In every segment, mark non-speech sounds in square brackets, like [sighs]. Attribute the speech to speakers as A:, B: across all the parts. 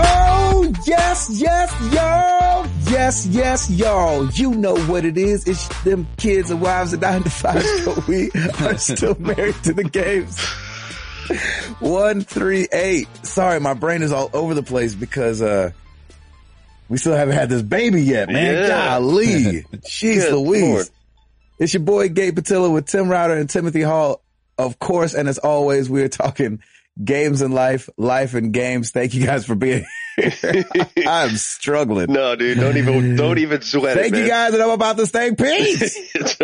A: Oh, Yes, yes, y'all. Yes, yes, y'all. You know what it is. It's them kids and wives and nine to fives, [laughs] but we are still married to the games. 138. Sorry, my brain is all over the place because, uh, we still haven't had this baby yet, man.
B: Yeah.
A: Golly. Jeez
B: Good
A: Louise.
B: Lord.
A: It's your boy Gabe Patillo with Tim Router and Timothy Hall. Of course, and as always, we are talking games and life, life and games. Thank you guys for being
B: [laughs]
A: here. I'm struggling.
B: No, dude, don't even don't even sweat
A: Thank
B: it.
A: you guys, and I'm about to stay
B: [laughs]
A: peace.
B: That's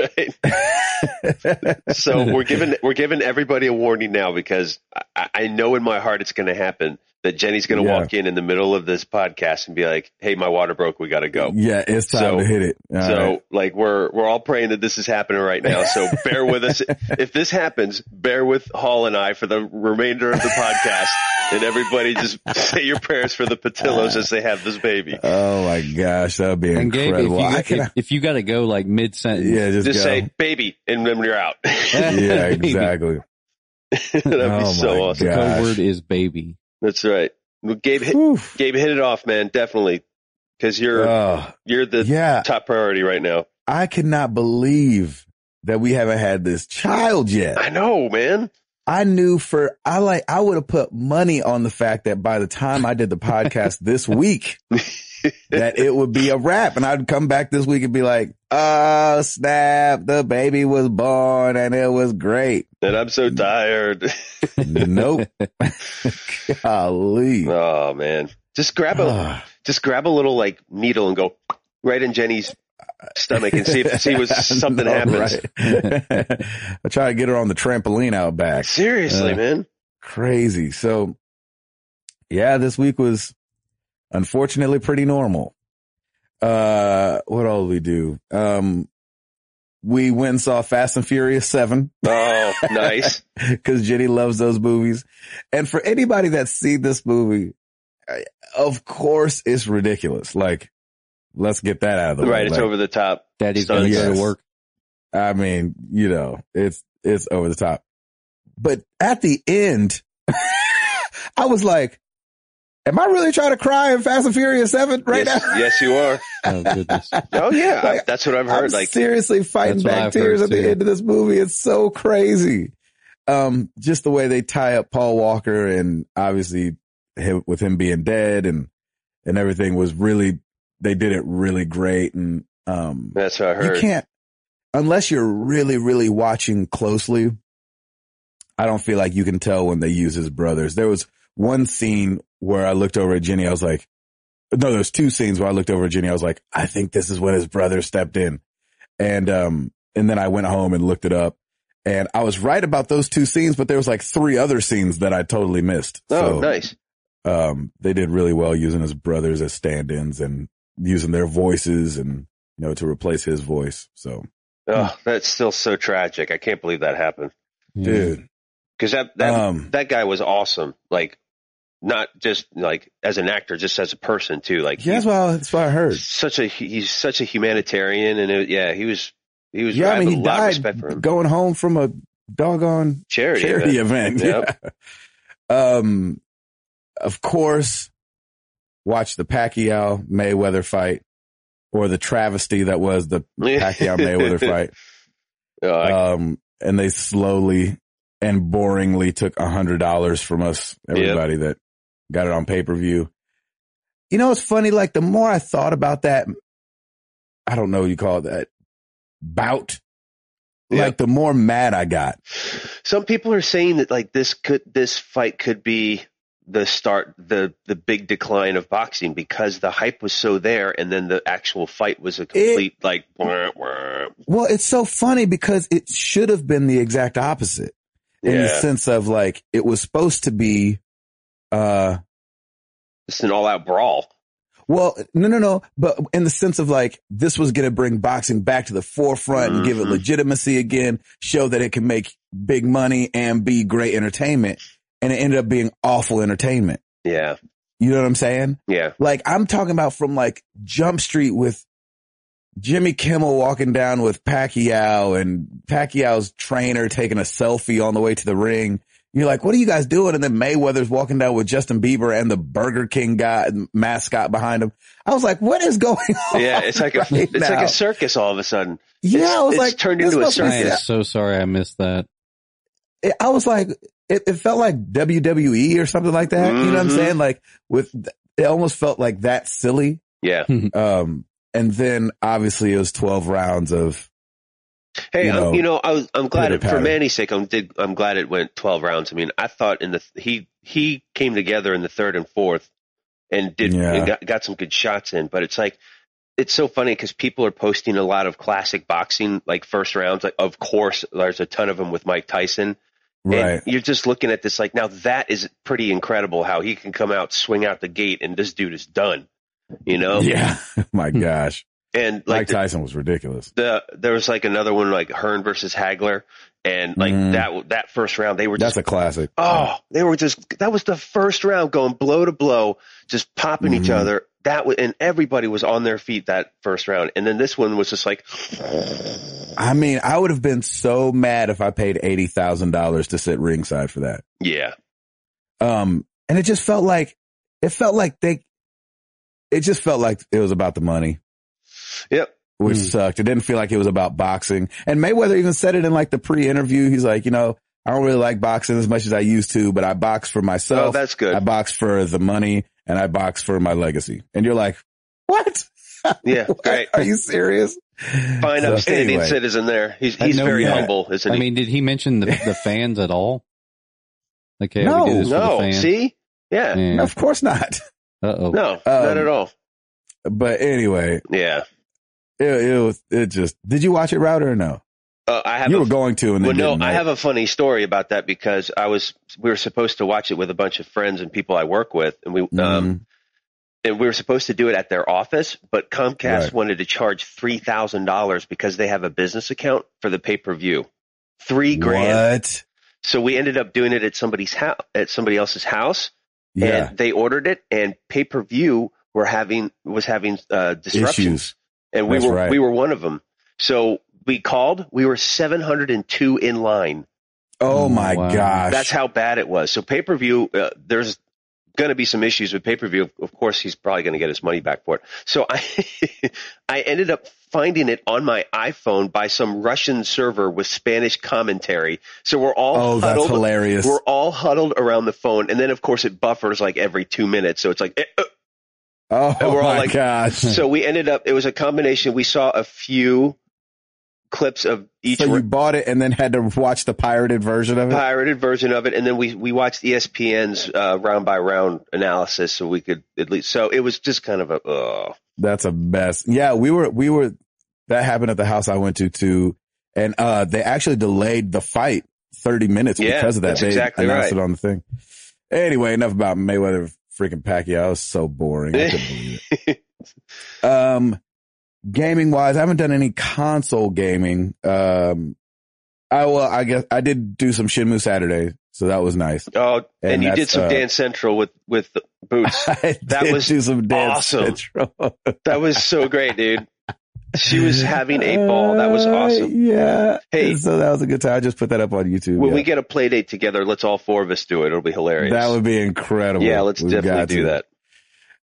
B: right. so we're giving we're giving everybody a warning now because I, I know in my heart it's going to happen that Jenny's going to
A: Yeah.
B: walk in in the middle of this podcast and be like, "Hey, my water broke. We got to go."
A: yeah, it's time
B: So-
A: to hit it. All
B: so
A: right.
B: like we're we're all praying that this is happening right now.
A: [laughs]
B: So bear with us. If this happens, bear with Hall and I for the remainder of
A: [laughs]
B: the podcast. and everybody just say your prayers for the
A: Uh,
B: Patillos as they have this baby.
A: Oh my gosh, that'd be
C: And Gabe, if you,
A: incredible. I
C: got,
A: can,
C: if, if you got to go like mid
A: [laughs]
C: sentence, [laughs]
A: yeah, just,
B: Just
A: go.
B: say baby, and then you're
A: [laughs]
B: out. [laughs]
A: yeah, exactly.
B: That'd be
A: Oh,
B: so
A: my
B: awesome.
C: The
A: Gosh.
C: [laughs] code word is baby.
B: That's right. Well, Gabe, hit,
A: Whew.
B: Gabe, hit it off, man. Definitely, because you're
A: Oh,
B: you're the
A: yeah,
B: top priority right now.
A: I cannot believe that we haven't had this child yet.
B: I know, man.
A: I knew for I like I would have put money on the fact that by the time I did the
B: [laughs]
A: podcast this week that it would be a wrap and I'd come back this week and be like, "Oh, snap, the baby was born and it was great."
B: And I'm
A: Mm.
B: so tired. [laughs]
A: Nope. Golly.
B: Oh man, just grab a
A: Mm. [sighs] Ah,
B: just grab a little like needle and go right in Jenny's stomach and see
A: [laughs]
B: if see what something
A: no,
B: happens.
A: right. [laughs] I try to get her on the trampoline out back.
B: Seriously,
C: Uh,
B: man.
A: Crazy. So yeah, this week was unfortunately pretty normal. Uh, what all did we do? Um, we went and saw Fast and Furious [laughs] 7
B: Oh,
A: [laughs]
B: nice.
A: because Jenny loves those movies. And for anybody that's seen this movie, I- of course it's ridiculous. Like, let's get that out of the way.
B: right, it's
A: Like,
B: over the top.
C: Daddy's gonna
B: Stunts.
C: go
A: Yes.
C: to work.
A: I mean, you know, it's, it's over the top. But at the end, [laughs] I was like, am I really trying to cry in Fast and Furious 7 right
B: yes,
A: now?
B: yes, you are.
C: Oh goodness!
B: Oh yeah, I-
A: Like,
B: that's what I've
A: I'm
B: heard. Like,
A: seriously fighting
C: That's what
A: back
C: I've
A: tears
C: heard,
A: at the
C: too.
A: end of this movie. It's so crazy. Um, just the way they tie up Paul Walker and obviously him, with him being dead and, and everything was really, they did it really great. And, um,
B: that's what I
A: you
B: heard.
A: can't, unless you're really, really watching closely. I don't feel like you can tell when they use his brothers. There was one scene where I looked over at Jenny. I was like, no, there's two scenes where I looked over at Jenny. I was like, I think this is when his brother stepped in. And, um, and then I went home and looked it up and I was right about those two scenes, but there was like three other scenes that I totally missed. So,
B: Oh, nice.
A: um, they did really well using his brothers as stand-ins and using their voices and, you know, to replace his voice. So, Hmm.
B: Oh, that's still so tragic. I can't believe that happened.
A: [laughs] dude,
B: Because that that
A: um,
B: that guy was awesome. Like, not just like as an actor, just as a person too. Like,
A: yeah, that's what, I, that's what I heard.
B: such a he's such a humanitarian, and it, yeah, he was he was.
A: Yeah,
B: I
A: I mean,
B: have
A: he
B: a lot of
A: died
B: respect for him.
A: going home from a doggone [laughs]
B: Charity,
A: charity
B: event.
A: event. Yeah. Um, of course, watch the Pacquiao Mayweather fight or the travesty that was
B: [laughs]
A: the [laughs] Pacquiao Mayweather fight.
B: Uh, I-
A: um, and they slowly and boringly took a hundred dollars from us, everybody that got it on pay per view. You know, it's funny. Like the more I thought about that, I don't know what you call it, that bout.
B: Yeah.
A: Like the more mad I got.
B: some people are saying that like this could this fight could be the start the the big decline of boxing because the hype was so there, and then the actual fight was a complete like. wah, wah.
A: Well, it's so funny because it should have been the exact opposite. in the
B: Yeah,
A: sense of like it was supposed to be uh
B: it's an all out brawl.
A: well no no no but in the sense of like this was going to bring boxing back to the forefront and give it
B: Mhm.
A: legitimacy again show that it can make big money and be great entertainment and it ended up being awful entertainment
B: Yeah,
A: you know what i'm saying
B: yeah,
A: like i'm talking about from like jump street with Jimmy Kimmel walking down with Pacquiao and Pacquiao's trainer taking a selfie on the way to the ring You're like, what are you guys doing? And then Mayweather's walking down with Justin Bieber and the Burger King guy mascot behind him. I was like, what is going [laughs] on?
B: Yeah, it's like a
A: [laughs] right
B: it's
A: now?
B: like a circus all of a sudden.
A: yeah.
B: it's-
A: I was
B: it's
A: like,
B: turned
A: this
B: into a
A: must be-
C: I am
B: circus.
C: so sorry I missed that.
A: it, I was like, it, it felt like WWE or something like that. You know what I'm
B: Mhm.
A: saying? Like with, it almost felt like that silly.
B: Yeah.
A: Um, and then obviously it was 12 rounds of,
B: Hey,
A: You
B: I'm-
A: know,
B: you know, I was, I'm glad
A: pitter
B: it, for
A: patter.
B: Manny's sake. I'm did, I'm glad it went 12 rounds. I mean, I thought in the he he came together in the third and fourth and did
A: Yeah.
B: and got, got some good shots in. But it's like it's so funny because people are posting a lot of classic boxing like first rounds. Like, of course, there's a ton of them with Mike Tyson.
A: right.
B: And you're just looking at this like now that is pretty incredible how he can come out, swing out the gate, and this dude is done. You
A: [laughs]
B: know,
A: yeah. My gosh.
B: and
A: Mike
B: like the-
A: Tyson was ridiculous.
B: the there was like another one like Hearn versus Hagler, and like
A: Mhm.
B: that that first round they were just
A: That's a classic.
B: oh they were just that was the first round going blow to blow, just popping each
A: Mhm.
B: other. That was and everybody was on their feet that first round, and then this one was just like
A: I mean, I would have been so mad if I paid $80,000 to sit ringside for that.
B: yeah
A: Um, and it just felt like, it felt like they, it just felt like it was about the money.
B: Yep.
A: Which
C: Mm.
A: sucked. It didn't feel like it was about boxing. And Mayweather even said it in like the pre-interview. He's like, you know, I don't really like boxing as much as I used to, but I box for
B: oh
A: myself.
B: that's
A: I
B: good
A: box for the money and I box for my legacy. And you're like, what? [laughs]
B: yeah great
A: Are you serious?
B: fine
A: So
B: upstanding
A: anyway.
B: citizen there he's
C: I
B: he's
C: know
B: very
A: that.
B: humble isn't
C: I
B: he
C: mean, did he mention the,
A: [laughs]
C: the fans at all? Like, hey,
A: No,
C: we do this for the
B: no
C: fans.
B: see yeah,
C: Yeah.
A: Of course not. [laughs]
C: Uh-oh. [laughs]
B: no not
A: Um,
B: at all
A: But anyway,
B: yeah
A: it, it was, it just, did you watch it router or no?
B: uh, I have
A: You
B: a
A: were going to and
B: Well,
A: then
B: no,
A: didn't,
B: I
A: right?
B: have a funny story about that because I was we were supposed to watch it with a bunch of friends and people I work with, and we um,
A: Mhm.
B: and we were supposed to do it at their office, but Comcast
A: Right.
B: wanted to charge three thousand dollars because they have a business account for the pay per view, three grand.
A: What?
B: So we ended up doing it at somebody's house, at somebody else's house,
A: Yeah.
B: and they ordered it, and pay per view were having was having uh, disruptions
A: Issues.
B: and we
A: That's
B: were
A: right.
B: we were one of them. So we called. We were 702 in line.
A: Oh my
C: Wow.
A: gosh.
B: That's how bad it was. So pay per view. Uh, there's going to be some issues with pay per view. Of course, he's probably going to get his money back for it. So I [laughs] I ended up finding it on my iPhone by some Russian server with Spanish commentary. So we're all
A: Oh, that's
B: huddled.
A: hilarious.
B: we're all huddled around the phone, and then of course it buffers like every two minutes. So it's like. eh, eh,
A: Oh
B: And we're all
A: my [laughs]
B: like-
A: gosh.
B: so we ended up it was a combination we saw a few clips of each
A: So
B: ra-
A: you bought it and then had to watch the pirated version of it?
B: pirated version of it and then we we watched E espn's uh, round by round analysis so we could at least so it was just kind of a oh
A: That's a mess. Yeah, we were, we were, that happened at the house I went to too. And, uh, they actually delayed the fight 30 minutes
B: Yeah,
A: because of that.
B: that's
A: They
B: exactly
A: announced
B: right.
A: it on the thing. Anyway, enough about Mayweather freaking Pacquiao. It was so boring. I couldn't believe
B: [laughs]
A: it. Um, gaming wise, I haven't done any console gaming. Um, I well, I guess I did do some Shinmu Saturday. So that was nice.
B: oh [laughs] and,
A: And
B: you did
A: that's,
B: some
A: uh, [laughs]
B: dance central with with the boots
A: I
B: That
A: did
B: was
A: do some dance
B: awesome.
A: Central.
B: that was so great dude she was having a ball that was
A: Uh,
B: awesome
A: yeah.
B: Hey.
A: And so that was a good time. I just put that up on YouTube.
B: when
A: Uh, yeah.
B: we get a play date together let's all four of us do it it'll be hilarious
A: that would be incredible.
B: yeah let's
A: We've
B: definitely
A: got
B: do
A: to.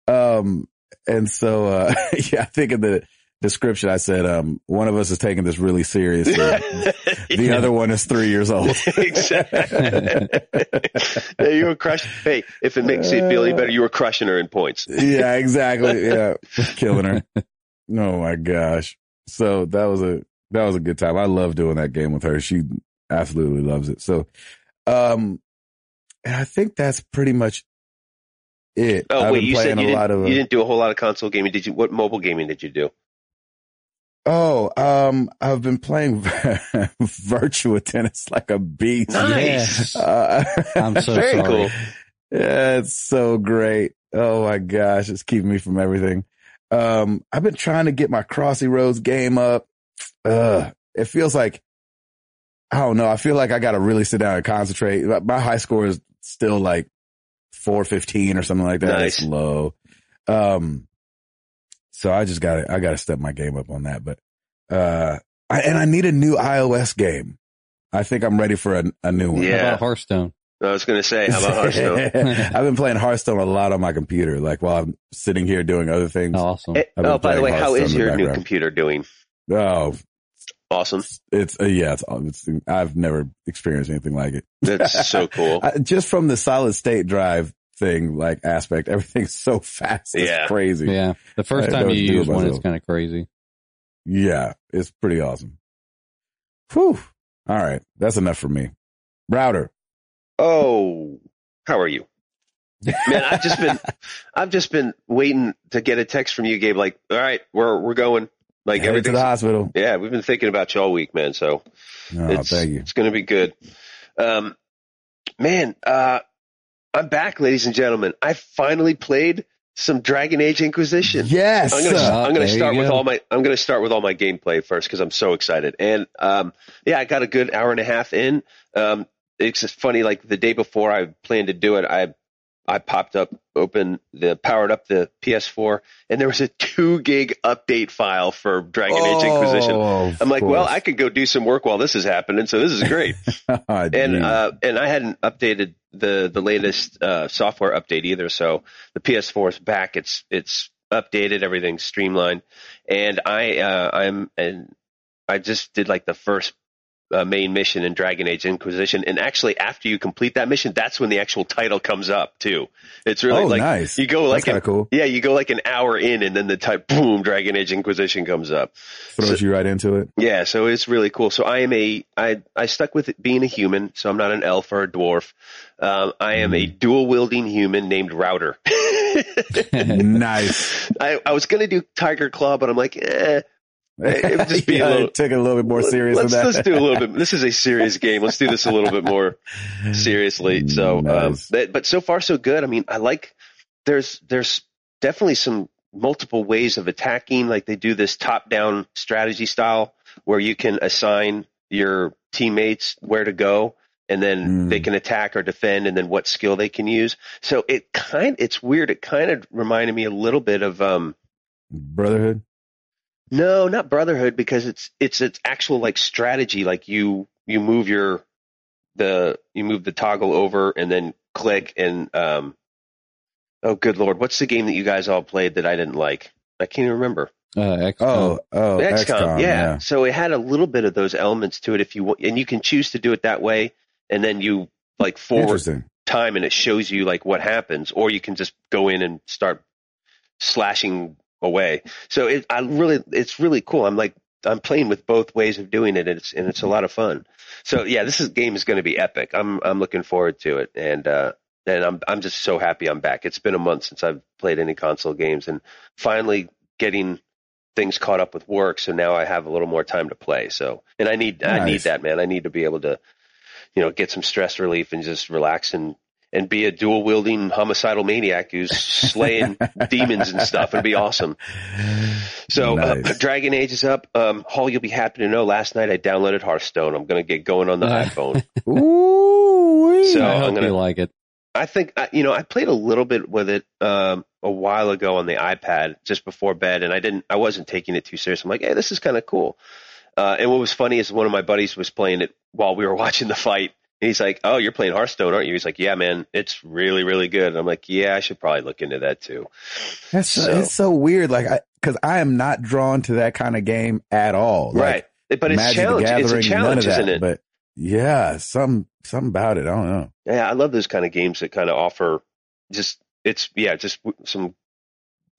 A: [laughs]
B: that
A: Um, and so, uh, [laughs] yeah, I think in the description I said, um, one of us is taking this really
B: [laughs]
A: seriously. the other one is three years old.
B: exactly. [laughs] yeah, you were crushing. Hey, if it makes you feel any
A: Uh,
B: better, you were crushing her in points.
A: yeah, exactly. Yeah. [laughs] Killing her. Oh my gosh. So that was a, that was a good time. I love doing that game with her. She absolutely loves it. So, um, and I think that's pretty much it.
B: Oh
A: I've
B: wait,
A: been
B: you
A: playing
B: said you
A: a
B: didn't,
A: lot of, uh,
B: you didn't do a whole lot of console gaming. Did you? What mobile gaming did you do?
A: oh, um, I've been playing [laughs] virtua tennis like a beast.
B: Nice.
A: Uh, [laughs]
C: I'm so
B: Very
C: sorry.
B: cool.
A: Yeah, it's so great. Oh my gosh, it's keeping me from everything. Um, I've been trying to get my Crossy Roads game up. Ugh, it feels like I don't know. I feel like I got to really sit down and concentrate. My- My high score is still like four fifteen or something like that. It's
B: Nice.
A: low. Um, so I just got to I got to step my game up on that. But uh, I, and I need a new iOS game. I think I'm ready for a, a new one.
B: Yeah.
C: How about Hearthstone?
B: I was going to say,
A: [laughs]
B: how about Hearthstone?
A: I've been playing Hearthstone a lot on my computer, like while I'm sitting here doing other things.
C: Awesome.
B: Eh,
A: I've been
B: oh, by the
A: playing
B: way, how
A: Hearthstone
B: is
A: in the
B: your new
A: background.
B: computer doing?
A: Oh, [laughs]
B: Awesome.
A: it's uh, yeah, it's, it's I've never experienced anything like it.
B: That's so cool.
A: I, just from the solid state drive thing, like aspect, [laughs] everything's so fast. It's
B: Yeah.
A: crazy.
C: Yeah. The first
A: I
C: time
A: don't
C: you
A: do it
C: use one, it's
A: myself.
C: kind of crazy.
A: Yeah, it's pretty awesome. Whew. All right. That's enough for me. Router.
B: Oh, how are you? Man, I've
A: [laughs]
B: just been, I've just been waiting to get a text from you, Gabe. Like, all right, we're we're going. Like
A: Headed to
B: everything's
A: the hospital.
B: Yeah, we've been thinking about you all week, man. So
A: Oh,
B: it's
A: thank you.
B: it's going to be good. Um, man, uh, I'm back, ladies and gentlemen. I finally played some Dragon Age Inquisition.
A: Yes.
B: I'm gonna,
A: uh,
C: Ah,
B: I'm gonna
C: there
B: start
C: you
B: with
C: go.
B: all my I'm gonna start with all my gameplay first because I'm so excited and um yeah I got a good hour and a half in um it's just funny like the day before I planned to do it I I popped up open the powered up the PS4 and there was a two gig update file for Dragon Age Inquisition
A: Oh, of
B: I'm like well
A: course.
B: I could go do some work while this is happening so this is great
A: [laughs] Oh,
B: and
A: geez.
B: uh, and I hadn't updated the the latest uh, software update either. So the PS4 is back. It's it's updated. Everything's streamlined. And I uh, I'm and I just did like the first uh, main mission in Dragon Age Inquisition. And actually, after you complete that mission, that's when the actual title comes up too. It's really
A: oh,
B: like
A: nice.
B: you go
A: That's
B: like
A: kind
B: an,
A: of cool.
B: yeah, you go like an hour in, and then the type boom, Dragon Age Inquisition comes up.
A: Throws you right into
B: [laughs]
A: it.
B: Yeah, so it's really cool. So I am a I I stuck with it being a human, so I'm not an elf or a dwarf. Um, I am a
A: Mm-hmm.
B: dual wielding human named Router. [laughs]
A: nice.
B: I, I was gonna do Tiger Claw, but I'm like, eh, [laughs] It would just be a
A: Yeah,
B: little-
A: it took it a little bit more
B: let-
A: serious
B: Let's
A: than that.
B: let's do a little bit. This is a serious game. Let's do this a little bit more
A: [laughs]
B: seriously. So, um,
A: Nice.
B: that, but so far so good. I mean, I like there's there's definitely some multiple ways of attacking. Like they do this top down strategy style where you can assign your teammates where to go, and then
A: Mm.
B: they can attack or defend, and then what skill they can use. So it kind it's weird. It kind of reminded me a little bit of um,
A: Brotherhood.
B: no, not Brotherhood because it's it's it's actual like strategy. Like you you move your the you move the toggle over and then click and um oh good lord, what's the game that you guys all played that I didn't like? I can't even remember.
C: Uh, XCOM.
A: Oh, oh,
B: XCOM,
A: XCOM. Yeah.
B: So it had a little bit of those elements to it if you want, and you can choose to do it that way, and then you like forward [laughs]
A: Interesting.
B: time and it shows you like what happens, or you can just go in and start slashing away. So it, I really, it's really cool. I'm like, I'm playing with both ways of doing it, and it's and it's a lot of fun. So yeah, this is, game is going to be epic. I'm I'm looking forward to it, and uh, and I'm I'm just so happy I'm back. It's been a month since I've played any console games, and finally getting things caught up with work. So now I have a little more time to play. So and I need I need
A: Nice.
B: that man. I need to be able to, you know, get some stress relief and just relax and and be a dual wielding homicidal maniac who's slaying
A: [laughs]
B: demons and stuff. It'd be awesome. So uh,
A: Nice.
B: Dragon Age is up. Um, Hall, you'll be happy to know. Last night I downloaded Hearthstone. I'm going to get going on the
C: Uh.
B: iPhone.
A: Ooh.
B: So
C: I
B: I'm
C: hope
B: gonna-
C: you like it.
B: I think I- you know I played a little bit with it um, a while ago on the iPad just before bed, and I didn't. I wasn't taking it too serious. I'm like, hey, this is kind of cool. Uh, and what was funny is one of my buddies was playing it while we were [laughs] watching the fight. And he's like, "Oh, you're playing Hearthstone, aren't you?" He's like, "Yeah, man, it's really, really good." And I'm like, "Yeah, I should probably look into that too."
A: That's so,
B: So-
A: it's so weird. Like, I, cause I am not drawn to that kind of game at all. Like,
B: right, but it's
A: Magic the
B: challenge. It's a
A: Gathering, none
B: challenge,
A: of that,
B: isn't it?
A: But yeah, some, something about it. I don't know.
B: Yeah, I love those kind of games that kind of offer just it's yeah, just w- some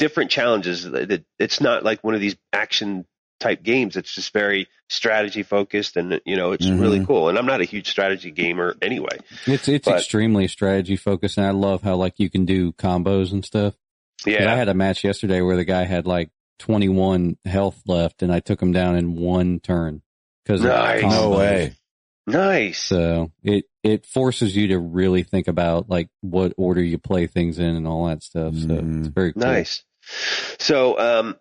B: different challenges. That that- it's not like one of these action type games. It's just very strategy focused, and you know, it's really
A: Mhm.
B: cool. And I'm not a huge strategy gamer anyway.
C: It's it's
B: But-
C: extremely strategy focused, and I love how like you can do combos and stuff. 'Cause I
B: Yeah,
C: had a match yesterday where the guy had like 21 health left, and I took him down in one turn because
B: Nice.
A: No
B: Combos.
A: way.
B: nice.
C: So it it forces you to really think about like what order you play things in and all that stuff. So
A: Mm.
C: it's very cool.
B: Nice. So, um,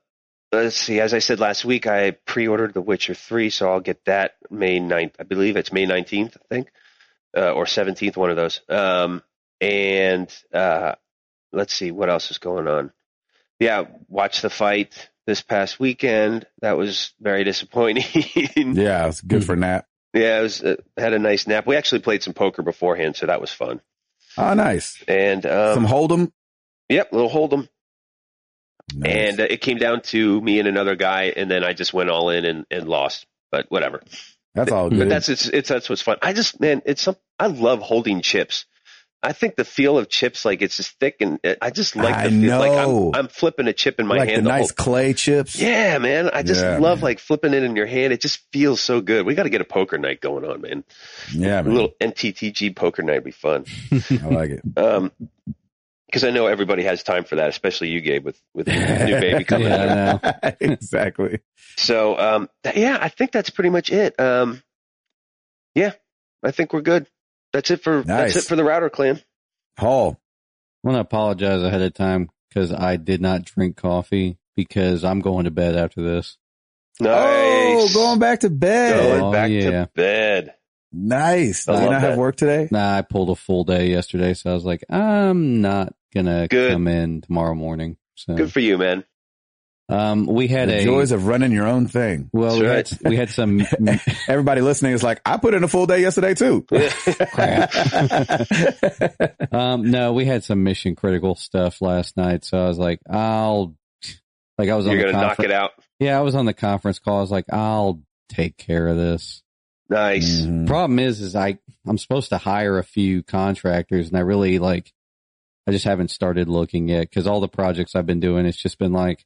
B: let's see. As I said last week, I pre-ordered The Witcher 3, so I'll get that May 9th. I believe it's May 19th, I think, uh, or 17th, one of those. Um, and uh, let's see what else is going on. Yeah, watch the fight this past weekend. That was very [laughs] disappointing. Hmm.
A: Yeah. It's good for Nat.
B: Yeah, I was uh, had a nice nap. We actually played some poker beforehand, so that was fun.
A: Oh, nice.
B: And um,
A: Some hold'em.
B: yep, little hold'em.
A: Nice.
B: And uh, it came down to me and another guy, and then I just went all in and, and lost. But whatever.
A: that's all
B: But
A: good.
B: that's it's, it's that's what's fun. I just man, it's some. I love holding chips. I think the feel of chips, like it's just thick, and uh, I just like
A: I
B: the feel. Like
A: know.
B: I'm, I'm flipping a chip in my
A: like
B: hand.
A: the
B: the whole-
A: nice clay chips.
B: yeah, man. I just
A: Yeah,
B: love
A: man.
B: like flipping it in your hand. It just feels so good. We got to get a poker night going on, man.
A: Yeah,
B: A
A: man.
B: little NTTG poker night would be fun.
A: I like it.
B: Um 'cause because I know everybody has time for that, especially you, Gabe, with with the [laughs]
A: [laughs]
B: new baby coming.
C: Yeah.
B: out.
A: exactly.
B: So, um, th- yeah, I think that's pretty much it. Um, yeah, I think we're good. That's it for
A: Nice.
B: that's it for the router clan.
A: Paul.
C: I want to apologize ahead of time because I did not drink coffee because I'm going to bed after this.
A: Oh,
B: Nice.
A: going back to bed.
B: Going
C: Oh,
B: back
C: yeah.
B: to bed.
A: Nice.
B: I
A: Do you
B: love
A: not have
B: that.
A: work today?
C: Nah, I pulled a full day yesterday, so I was like, I'm not gonna
B: Good.
C: come in tomorrow morning. So,
B: Good for you, man.
C: um, we had
A: the
C: a
A: joys of running your own thing.
C: well, we
B: That's
C: had, we had some
A: [laughs] Everybody listening is like, I put in a full day yesterday too.
B: [laughs]
A: [laughs]
C: Crap. Um, no, we had some mission critical stuff last night, so I was like, I'll like I was
B: You're
C: on the
B: gonna knock
C: conference.
B: it out.
C: Yeah, I was on the conference call. I was like, I'll take care of this.
B: Nice.
A: Mhm.
C: Problem is, is I I'm supposed to hire a few contractors, and I really like I just haven't started looking yet because all the projects I've been doing, it's just been like,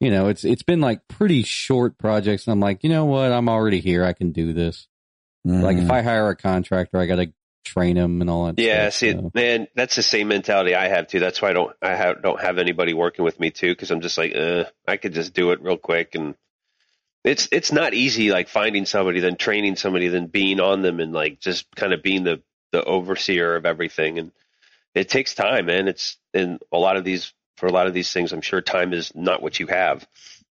C: you know, it's it's been like pretty short projects, and I'm like, you know what, I'm already here, I can do this.
A: Mm-hmm.
C: Mm-hmm. Like
A: Hmm.
C: if I hire a contractor, I got to train him and all that.
B: Yeah,
C: stuff,
B: see,
C: so.
B: man, that's the same mentality I have too. That's why I don't I have, don't have anybody working with me too because I'm just like, uh, I could just do it real quick and it's it's not easy like finding somebody, then training somebody, then being on them and like just kind of being the the overseer of everything and it takes time, man. It's and a lot of these for a lot of these things, I'm sure time is not what you have.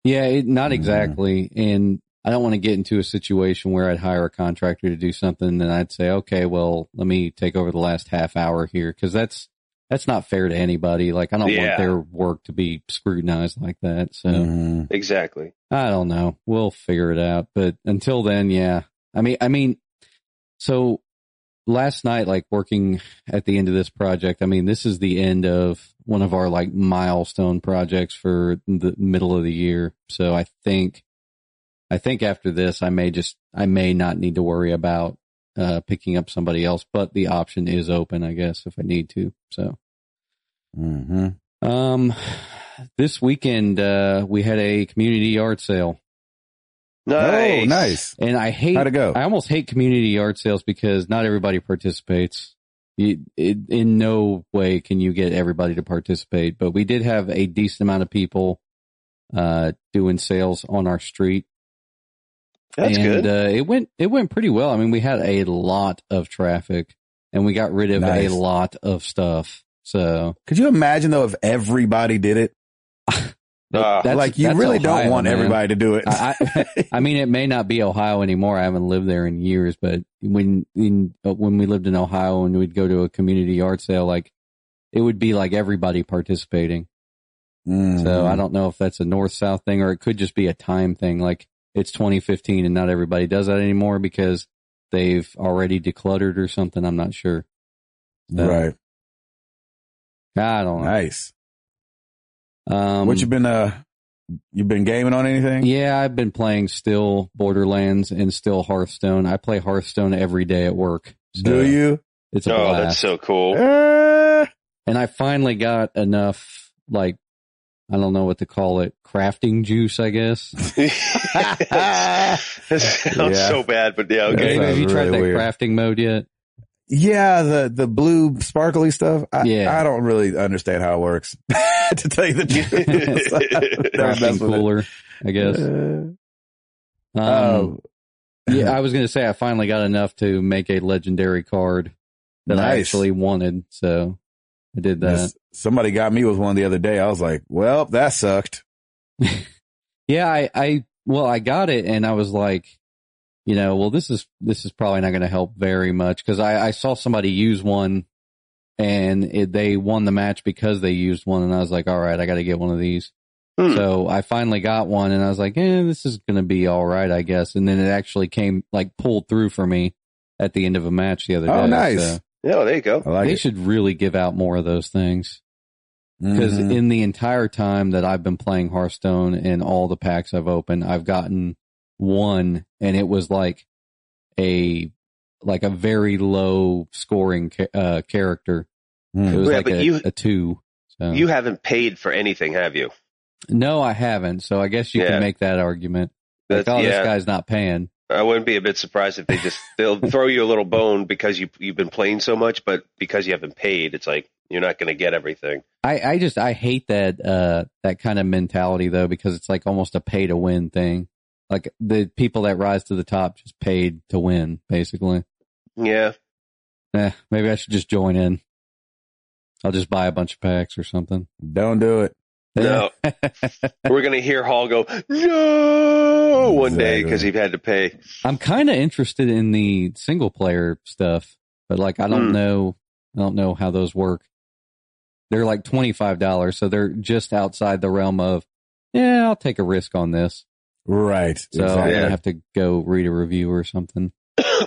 C: Yeah, it, not
A: Mhm.
C: exactly. And I don't want to get into a situation where I'd hire a contractor to do something and I'd say, okay, well, let me take over the last half hour here because that's that's not fair to anybody. Like, I don't want
B: Yeah.
C: their work to be scrutinized like that. So
A: Mhm.
B: Exactly.
C: I don't know. We'll figure it out. But until then, yeah. I mean, I mean, so last night, like working at the end of this project, I mean, this is the end of one of our like milestone projects for the middle of the year. So I think, I think after this, I may just, I may not need to worry about, uh, picking up somebody else, but the option is open, I guess, if I need to. So,
A: Mhm.
C: um, this weekend, uh, we had a community yard sale.
B: Nice.
A: Oh, nice.
C: And I hate,
A: How'd it go?
C: I almost hate community yard sales because not everybody participates. You, it, in no way can you get everybody to participate, but we did have a decent amount of people, uh, doing sales on our street.
B: That's
C: and,
B: good.
C: Uh, it went, it went pretty well. I mean, we had a lot of traffic and we got rid of
A: Nice.
C: a lot of stuff. So
A: Could you imagine though if everybody did it?
C: that-
B: Ah,
A: like you
C: that's
A: really don't
C: Ohio,
A: want
C: man.
A: everybody to do it.
C: I, I, [laughs] I mean, it may not be Ohio anymore. I haven't lived there in years, but when in, uh, when we lived in Ohio and we'd go to a community yard sale, like it would be like everybody participating.
A: Mhm.
C: So I don't know if that's a north south thing or it could just be a time thing. Like it's 2015 and not everybody does that anymore because they've already decluttered or something. I'm not sure. So,
A: Right.
C: I don't know.
A: Nice.
C: Um,
A: what you been uh you been gaming on anything?
C: Yeah, I've been playing still Borderlands and still Hearthstone. I play Hearthstone every day at work. So
A: Do you?
C: It's a
B: oh,
C: blast.
B: that's so cool. [laughs]
C: [laughs]
A: Eh,
C: and I finally got enough, like, I don't know what to call it, crafting juice,
A: [laughs]
C: I guess.
B: that sounds
A: Yeah.
B: so bad, but yeah,
C: Have
B: okay.
C: you- have you
A: sounds
C: tried
A: really
C: that
A: weird.
C: crafting
A: [laughs]
C: mode yet?
A: [laughs] yeah, the the blue sparkly stuff. I,
C: Yeah.
A: I don't really understand how it works. [laughs] to tell you the [laughs] truth, Never
C: Crafting
A: messed with it.
C: cooler, I
A: [laughs]
C: guess.
A: Uh,
C: Um,
A: oh,
C: yeah, I was going to say I finally got enough to make a legendary card that I
A: Nice.
C: actually wanted. So I did
A: [laughs]
C: that.
A: this- somebody got me with one the other day. I was like, well, that sucked.
C: Yeah, I, I, well, I got it and I was like, you know, well, this is, this is probably not going to help very much because I, I saw somebody use one and it, they won the match because they used one and I was like, all right, I got to get one of these.
B: Hmm.
C: So I finally got one and I was like, eh, this is going to be all right, I guess. And then it actually came like pulled through for me at the end of a match the other day.
A: Oh, nice.
C: So
B: Yeah, there you go.
A: I like
C: they
A: it.
C: should really give out more of those things because
B: Mm-hmm.
A: Mhm.
C: in the entire time that I've been playing Hearthstone and all the packs I've opened, I've gotten one and it was like a, like a very low scoring ca- uh, character.
A: Mhm.
C: It was
B: Mm-hmm. Yeah,
C: like
B: but
C: a,
B: you-
C: a two. So.
B: You haven't paid for anything, have you?
C: No, I haven't. So I guess you
B: Yeah.
C: can make that argument. Like,
B: That's-
C: oh,
B: yeah,
C: this guy's not paying.
B: I wouldn't be a bit surprised if they just
C: [laughs]
B: they'll throw you a little bone because you you've been playing so much, but because you haven't paid, it's like you're not going to get everything.
C: I, I just I hate that uh that kind of mentality though because it's like almost a pay to win thing. Like the people that rise to the top just paid to win, basically.
B: Yeah,
C: Eh, maybe I should just join in. I'll just buy a bunch of packs or something. Eh,
A: Don't do it.
B: No. we're going to hear Hall go no one day because he had to pay.
C: [laughs]
B: [clears throat]
C: I'm kind of interested in the single player stuff, but like I don't
B: Hmm.
C: know, I don't know how those work. They're like twenty five dollars, so they're just outside the realm of. Yeah, I'll take a risk on this,
A: Right.
C: so I'm
A: exactly.
C: gonna
B: Yeah.
C: have to go read a review or something.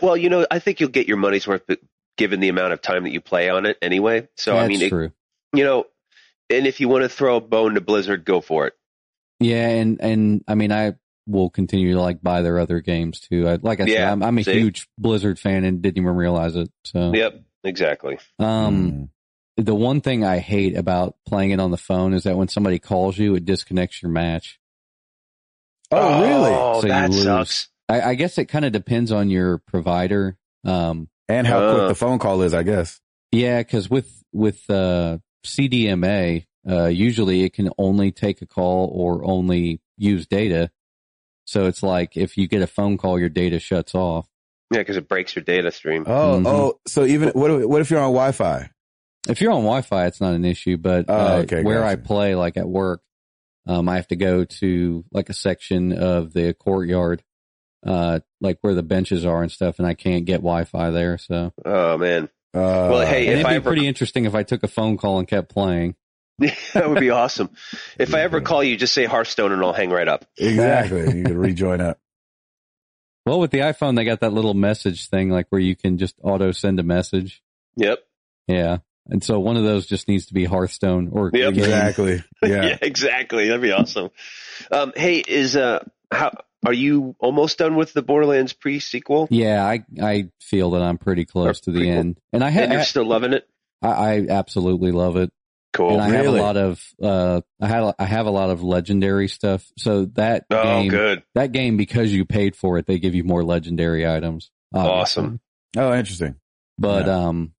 B: well, you know, I think you'll get your money's worth but given the amount of time that you play on it anyway. So
C: That's
B: I mean, it,
C: true.
B: you know, and if you want to throw a bone to Blizzard, go for it.
C: Yeah, and and I mean, I will continue to like buy their other games too. I, like I said,
B: Yeah,
C: I'm, I'm a
B: see?
C: huge Blizzard fan and didn't even realize it. So,
B: Yep, exactly.
C: um,
A: Mm.
C: the one thing I hate about playing it on the phone is that when somebody calls you, it disconnects your match.
A: Oh, really?
B: Oh,
C: So you
B: that
C: lose.
B: sucks.
C: I, I guess it kind of depends on your provider. Um,
A: And how
B: Uh.
A: quick the phone call is, I guess.
C: yeah, because with with uh, CDMA, uh, usually it can only take a call or only use data. So it's like if you get a phone call, your data shuts off.
B: Yeah, because it breaks your data stream.
A: Oh,
C: Mhm.
A: oh. So even what? if- What if you're on Wi-Fi?
C: If you're on Wi-Fi, it's not an issue. But
A: Oh,
C: uh,
A: okay,
C: where I
A: gotcha.
C: play, like at work, um, I have to go to like a section of the courtyard, uh, like where the benches are and stuff, and I can't get Wi-Fi there. So
B: Oh man,
A: Uh,
B: Well, hey, if
C: and it'd
B: I
C: be
B: ever-
C: pretty interesting if I took a phone call and kept playing.
B: that would be awesome. If I ever call you, just say Hearthstone, and I'll hang right up.
A: exactly. you could rejoin
B: [laughs]
A: up.
C: Well, with the iPhone, they got that little message thing, like where you can just auto send a message.
B: Yep.
C: Yeah. And so one of those just needs to be Hearthstone or
B: Yep.
A: Exactly.
B: [laughs] Yeah.
A: Yeah.
B: exactly. That'd be awesome. Um, hey, is uh, how are you almost done with the Borderlands pre sequel?
C: Yeah, I I feel that I'm pretty close to the
B: pretty-
C: end, and I
B: And you're
C: had
B: still loving it?
C: I, I absolutely love it.
B: Cool.
C: and I have a
A: really?
C: lot of uh, I had I have a lot of legendary stuff. So that
B: oh,
C: game,
B: good.
C: that game, because you paid for it, they give you more legendary items. obviously.
B: Awesome.
A: Oh, interesting.
C: But um,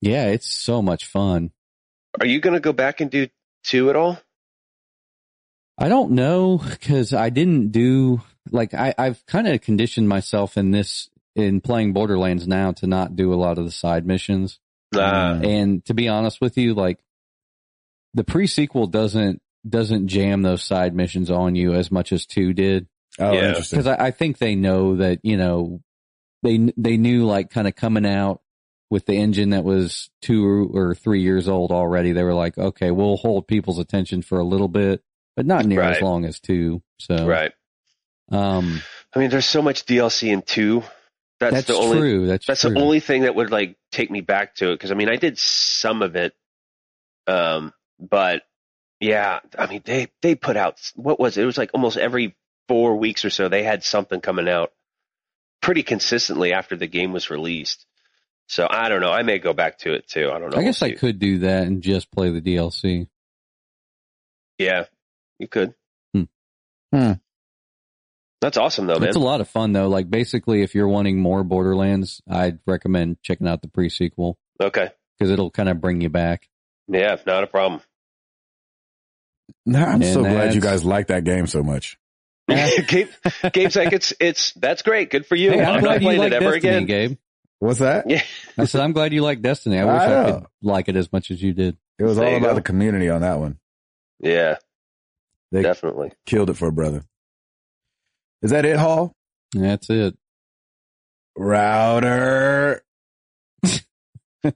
C: yeah, it's so much fun.
B: Are you going to go back and do two at all?
C: I don't know because I didn't do like I I've kind of conditioned myself in this in playing Borderlands now to not do a lot of the side missions.
B: Nah.
C: And to be honest with you, like the pre sequel doesn't doesn't jam those side missions on you as much as two did
A: Oh,
B: Yeah.
A: interesting.
C: because I, I think they know that you know they they knew like kind of coming out with the engine that was two or three years old already. They were like, okay, we'll hold people's attention for a little bit, but not near as
B: Right.
C: long as two. So
B: Right.
C: um,
B: I mean, there's so much DLC in two. That's,
C: that's,
B: the only.
C: true. That's
B: That's
C: true.
B: the only thing that would like take me back to it because I mean I did some of it, um, but yeah, I mean they they put out what was it? It was like almost every four weeks or so they had something coming out pretty consistently after the game was released. So I don't know. I may go back to it too. I don't know.
C: I guess
B: We'll
C: I
B: see.
C: could do that and just play the DLC.
B: Yeah, you could.
C: Hmm.
A: Hmm.
B: That's awesome though, Oh, man.
C: It's a lot of fun though. Like basically, if you're wanting more Borderlands, I'd recommend checking out the pre sequel
B: okay.
C: because it'll kind of bring you back.
B: Yeah, not a problem.
A: No, I'm
C: And
A: so glad you
C: that's-
A: guys like that game so much.
C: Yeah.
B: [laughs] Gabe, Gabe's like it's it's that's great. Good for you.
C: Hey, I'm,
B: I'm not
C: glad you
B: playing
C: like
B: it ever
C: Destiny,
B: again.
C: Gabe.
A: What's that?
B: Yeah.
C: I said I'm glad you like Destiny. I wish
A: I
C: I,
A: know.
C: could like it as much as you did.
A: It was all
B: There you
A: about
B: go.
A: the community on that one.
B: Yeah,
A: They
B: definitely.
A: killed it for a brother. Is that it, Hall?
C: That's it.
A: Router.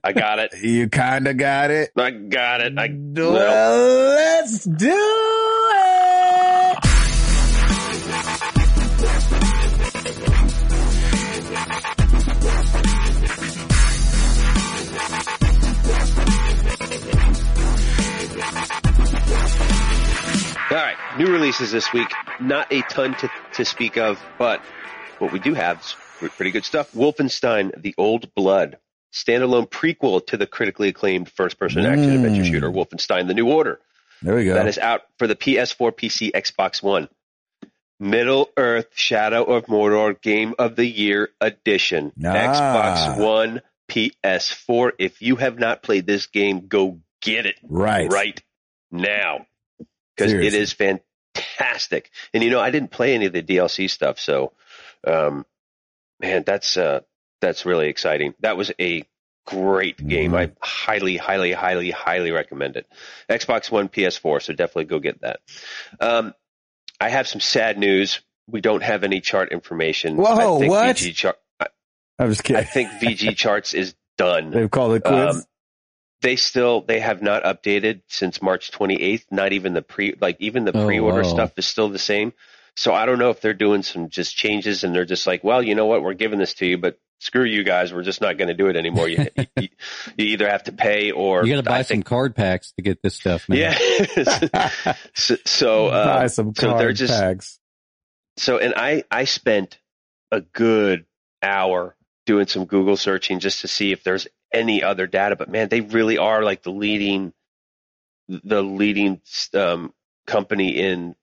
B: I got it.
A: You kind of got it.
B: I got it. I
A: Well, let's do it.
B: new releases this week. Not a ton to, to speak of, but what we do have is pre- pretty good stuff. Wolfenstein: The Old Blood, standalone prequel to the critically acclaimed first-person action
A: Mm.
B: adventure shooter Wolfenstein: The New Order.
A: There we go.
B: That is out for the PS4, PC, Xbox One. Middle Earth: Shadow of Mordor Game of the Year Edition,
A: Ah.
B: Xbox One, PS4. If you have not played this game, go get it
A: right.
B: right now because it
A: Seriously.
B: is fantastic. And you know, I didn't play any of the DLC stuff, so um, man, that's uh, that's really exciting. That was a great game.
A: Mhm.
B: I highly, highly, highly, highly recommend it. Xbox One, PS4, so definitely go get that. Um, I have some sad news. We don't have any chart information.
A: Whoa,
B: I think
A: what?
B: VG chart, I,
A: I'm just
B: I
A: kidding.
B: think
A: [laughs]
B: VG charts is done
A: They've called it quits.
B: Um, they still they have not updated since March 28th. Not even the pre like even the
C: Oh,
B: pre-order
C: wow.
B: stuff is still the same. So I don't know if they're doing some just changes and they're just like, well, you know what, we're giving this to you, but screw you guys, we're just not going to do it anymore. You, you, you either have to pay or
C: You got to buy
B: I
C: some
B: think-
C: card packs to get this stuff, man.
B: Yeah. [laughs]
A: [laughs]
B: so
C: [laughs]
B: so,
A: Buy
B: uh,
A: some
B: so
A: card
B: they're just-
A: packs.
B: so and I I spent a good hour doing some Google searching just to see if there's any other data. But man, they really are like the leading, the leading um, company in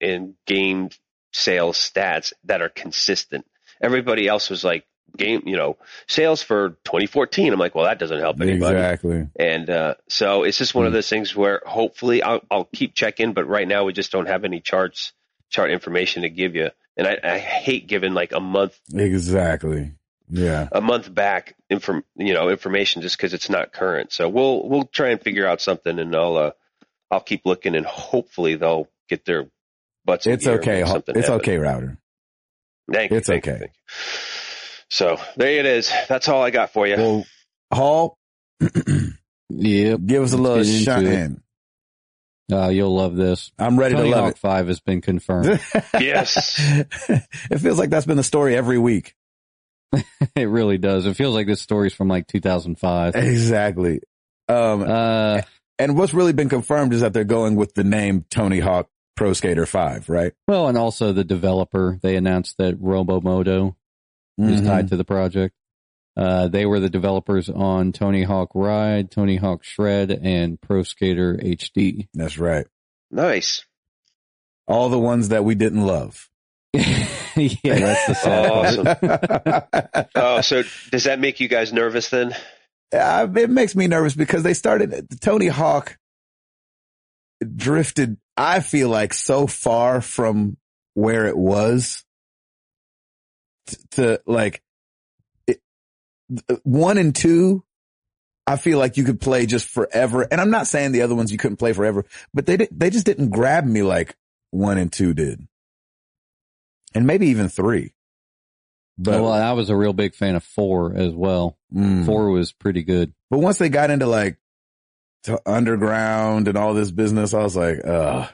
B: in game sales stats that are consistent. Everybody else was like game, you know, sales for 2014. I'm like, well, that doesn't help anybody.
A: Exactly.
B: And uh, so it's just one of
C: Hmm.
B: those things where hopefully I'll, I'll keep checking, but right now we just don't have any charts, chart information to give you. And I, I hate giving like a month,
A: Exactly. Yeah.
B: a month back inform, you know, information just because it's not current. So we'll we'll try and figure out something, and I'll uh, I'll keep looking, and hopefully they'll get their butts. in
A: It's
B: gear and
A: okay.
B: make
A: Ho-
B: something
A: It's
B: happen.
A: okay, router.
B: Thank you,
A: It's
B: thank you,
A: okay.
B: thank you. So there it is. That's all I got for you.
A: Well, Hall, [clears throat] give
C: Yep.
A: us a
C: Let's
A: little
C: get into
A: shine.
C: Uh, you'll love this.
A: I'm ready
C: Tony
A: to love
C: Hawk 5 has been confirmed.
A: it.
B: Yes.
A: [laughs] it feels like that's been the story every week.
C: [laughs] it really does. It feels like this story's from like 2005.
A: Exactly. Um,
C: Uh,
A: and what's really been confirmed is that they're going with the name Tony Hawk Pro Skater 5, right?
C: well, and also the developer, they announced that Robomodo is
A: Mhm.
C: tied to the project. Uh, they were the developers on Tony Hawk Ride, Tony Hawk Shred, and Pro Skater HD.
A: That's right.
B: nice.
A: All the ones that we didn't love.
C: [laughs] yeah, that's the sad part.
B: Awesome. [laughs]
A: [laughs]
B: Oh, so does that make you guys nervous then?
A: Uh, it makes me nervous because they started Tony Hawk drifted. I feel like so far from where it was t- to like it, th- one and two. I feel like you could play just forever. And I'm not saying the other ones you couldn't play forever, but they did, they just didn't grab me like one and two did. And maybe even three. But,
C: Oh, well, uh, I was a real big fan of four as well.
A: mm.
C: Four was pretty good.
A: But once they got into like to underground and all this business, I was like, ugh,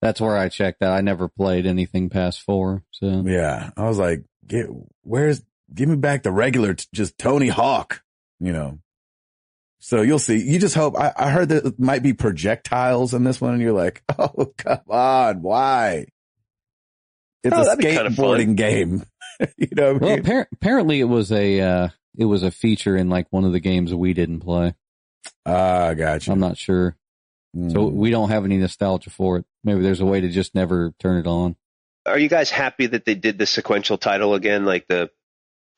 C: That's where I checked out. I never played anything past four. So
A: yeah. I was like, get, where's, give me back the regular, t- just Tony Hawk, you know? So you'll see. You just hope. I, I heard that it might be projectiles in this one and you're like, [laughs] oh, come on. Why? It's
B: Oh,
A: a
B: that'd be kinda fun.
A: skateboarding game. [laughs] you know what I
C: well,
A: mean?
C: appar- apparently it was a uh, it was a feature in like one of the games we didn't play.
A: Ah, gotcha.
C: I'm not sure, so
A: Mm.
C: we don't have any nostalgia for it. Maybe there's a way to just never turn it on.
B: are you guys happy that they did the sequential title again, like the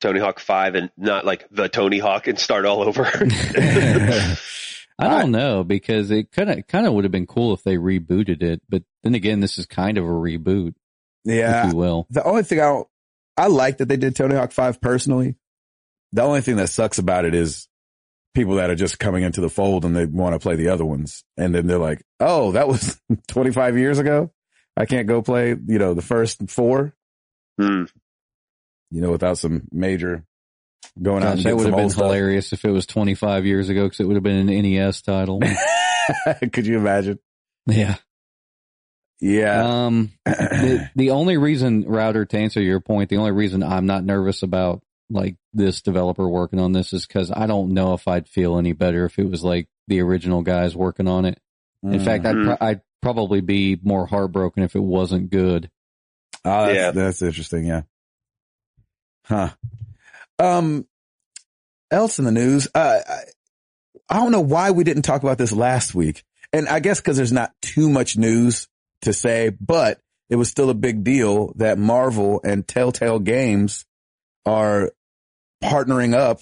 B: Tony Hawk Five, and not like the Tony Hawk and start all
A: [laughs]
B: over?
A: Mm.
B: [laughs]
C: I don't know because it kind of kind of would have been cool if they rebooted it, but then again, this is kind of a reboot,
A: yeah.
C: if you will.
A: The only thing I don't, I like that they did Tony Hawk 5 personally. The only thing that sucks about it is people that are just coming into the fold and they want to play the other ones. And then they're like, oh, that was [laughs] 25 years ago. I can't go play, you know, the first four,
B: Hmm.
A: you know, without some major going out
C: Gosh,
A: and
C: that
A: getting
C: would have
A: some
C: been
A: old stuff.
C: hilarious if it was 25 years ago because it would have been an
A: [laughs]
C: NES title.
A: Could you imagine?
C: yeah.
A: Yeah.
C: Um,
A: [clears throat]
C: the, the only reason, Router, to answer your point, the only reason I'm not nervous about like this developer working on this is because I don't know if I'd feel any better if it was like the original guys working on it. In fact, I'd,
B: Mhm.
C: pro- I'd probably be more heartbroken if it wasn't good.
A: Oh, that's,
B: Yeah.
A: that's interesting. Yeah. Huh. Um, else in the news, uh, I, I don't know why we didn't talk about this last week. And I guess cause there's not too much news to say, but it was still a big deal that Marvel and Telltale Games are partnering up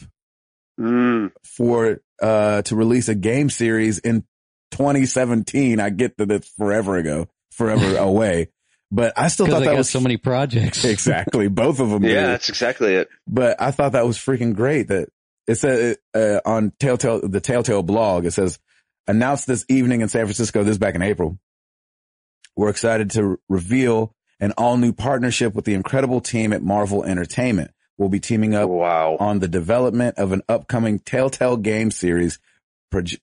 B: Mm,
A: for, uh, to release a game series in 2017. I get that it's forever ago,
C: [laughs]
A: forever away, but I still
C: Because
A: thought
C: I
A: that
C: got
A: was
C: so
B: [laughs]
C: many [laughs] projects.
A: exactly. Both of them.
B: yeah,
A: Yeah.
B: that's exactly it.
A: But I thought that was freaking great that it said, uh, on Telltale, the Telltale blog, it says announced this evening in San Francisco, this is back in April. We're excited to reveal an all new partnership with the incredible team at Marvel Entertainment. We'll be teaming up
B: Wow.
A: on the development of an upcoming Telltale game series proj-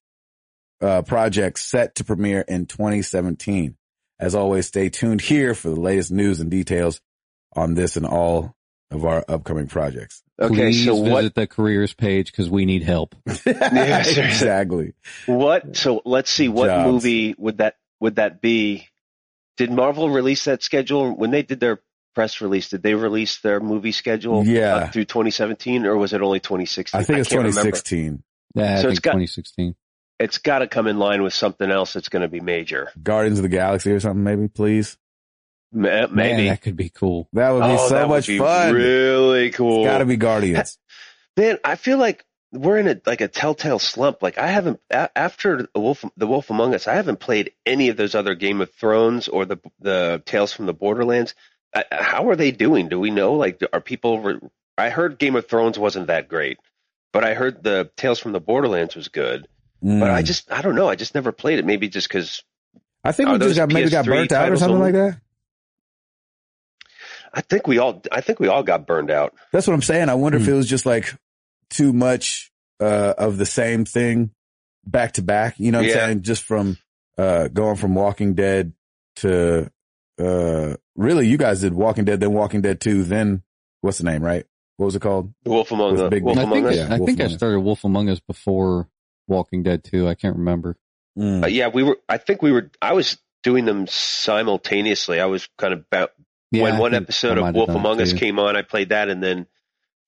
A: uh, project set to premiere in 2017. As always, stay tuned here for the latest news and details on this and all of our upcoming
B: [laughs]
A: projects.
B: Okay,
C: Please
B: so
C: visit
B: what?
C: the careers page because we need help.
B: seriously.
A: exactly.
B: What? So let's see. What
A: Jobs.
B: movie would that would that be? Did Marvel release that schedule when they did their press release? Did they release their movie schedule
A: Yeah.
B: up through 2017, or was it only 2016?
A: I think it's
B: can't remember.
A: 2016.
C: Yeah, I
B: So it's
C: think
B: got-
C: 2016.
B: It's got to come in line with something else that's going to be major.
A: Guardians of the Galaxy or something, maybe, please.
B: M- Maybe
C: Man, that could be cool.
A: That would be
B: oh,
A: so
B: that would
A: much
B: be
A: fun.
B: Really cool.
A: It's gotta be Guardians.
B: Man, I feel like we're in a like a telltale slump. Like I haven't a- after the Wolf, the Wolf Among Us, I haven't played any of those other Game of Thrones or the the Tales from the Borderlands. I, I- how are they doing? Do we know? Like, are people? Re- I heard Game of Thrones wasn't that great, but I heard the Tales from the Borderlands was good. [laughs] But
A: Mm.
B: I just, I don't know. I just never played it. Maybe just because
A: I think
B: are
A: we just
B: Oh, those
A: got, maybe got
B: PS3
A: burnt out or
B: titles
A: something
B: only?
A: like that.
B: I think we all, I think we all got burned out.
A: That's what I'm saying. I wonder if
C: Hmm.
A: it was just like too much uh, of the same thing back to back. You know what
B: Yeah.
A: I'm saying? Just from uh, going from Walking Dead to uh, really, you guys did Walking Dead, then Walking Dead Two, then what's the name? Right? What was it called?
B: The Wolf Among
A: With
B: the
A: Big
B: Wolf
A: Wolf
C: I
B: Among
C: think,
B: Us.
A: Yeah,
C: I,
A: Wolf
C: think I
A: Among Us.
C: started Wolf Among Us before Walking Dead 2. I can't remember.
A: Mm.
B: Uh, yeah, we were. I think we were. I was doing them simultaneously. I was kind of ba-
C: Yeah,
B: when
C: I
B: one
C: think I
B: episode
C: might
B: of
C: have
B: Wolf
C: done it
B: Among Us
C: too.
B: came on, I played that, and then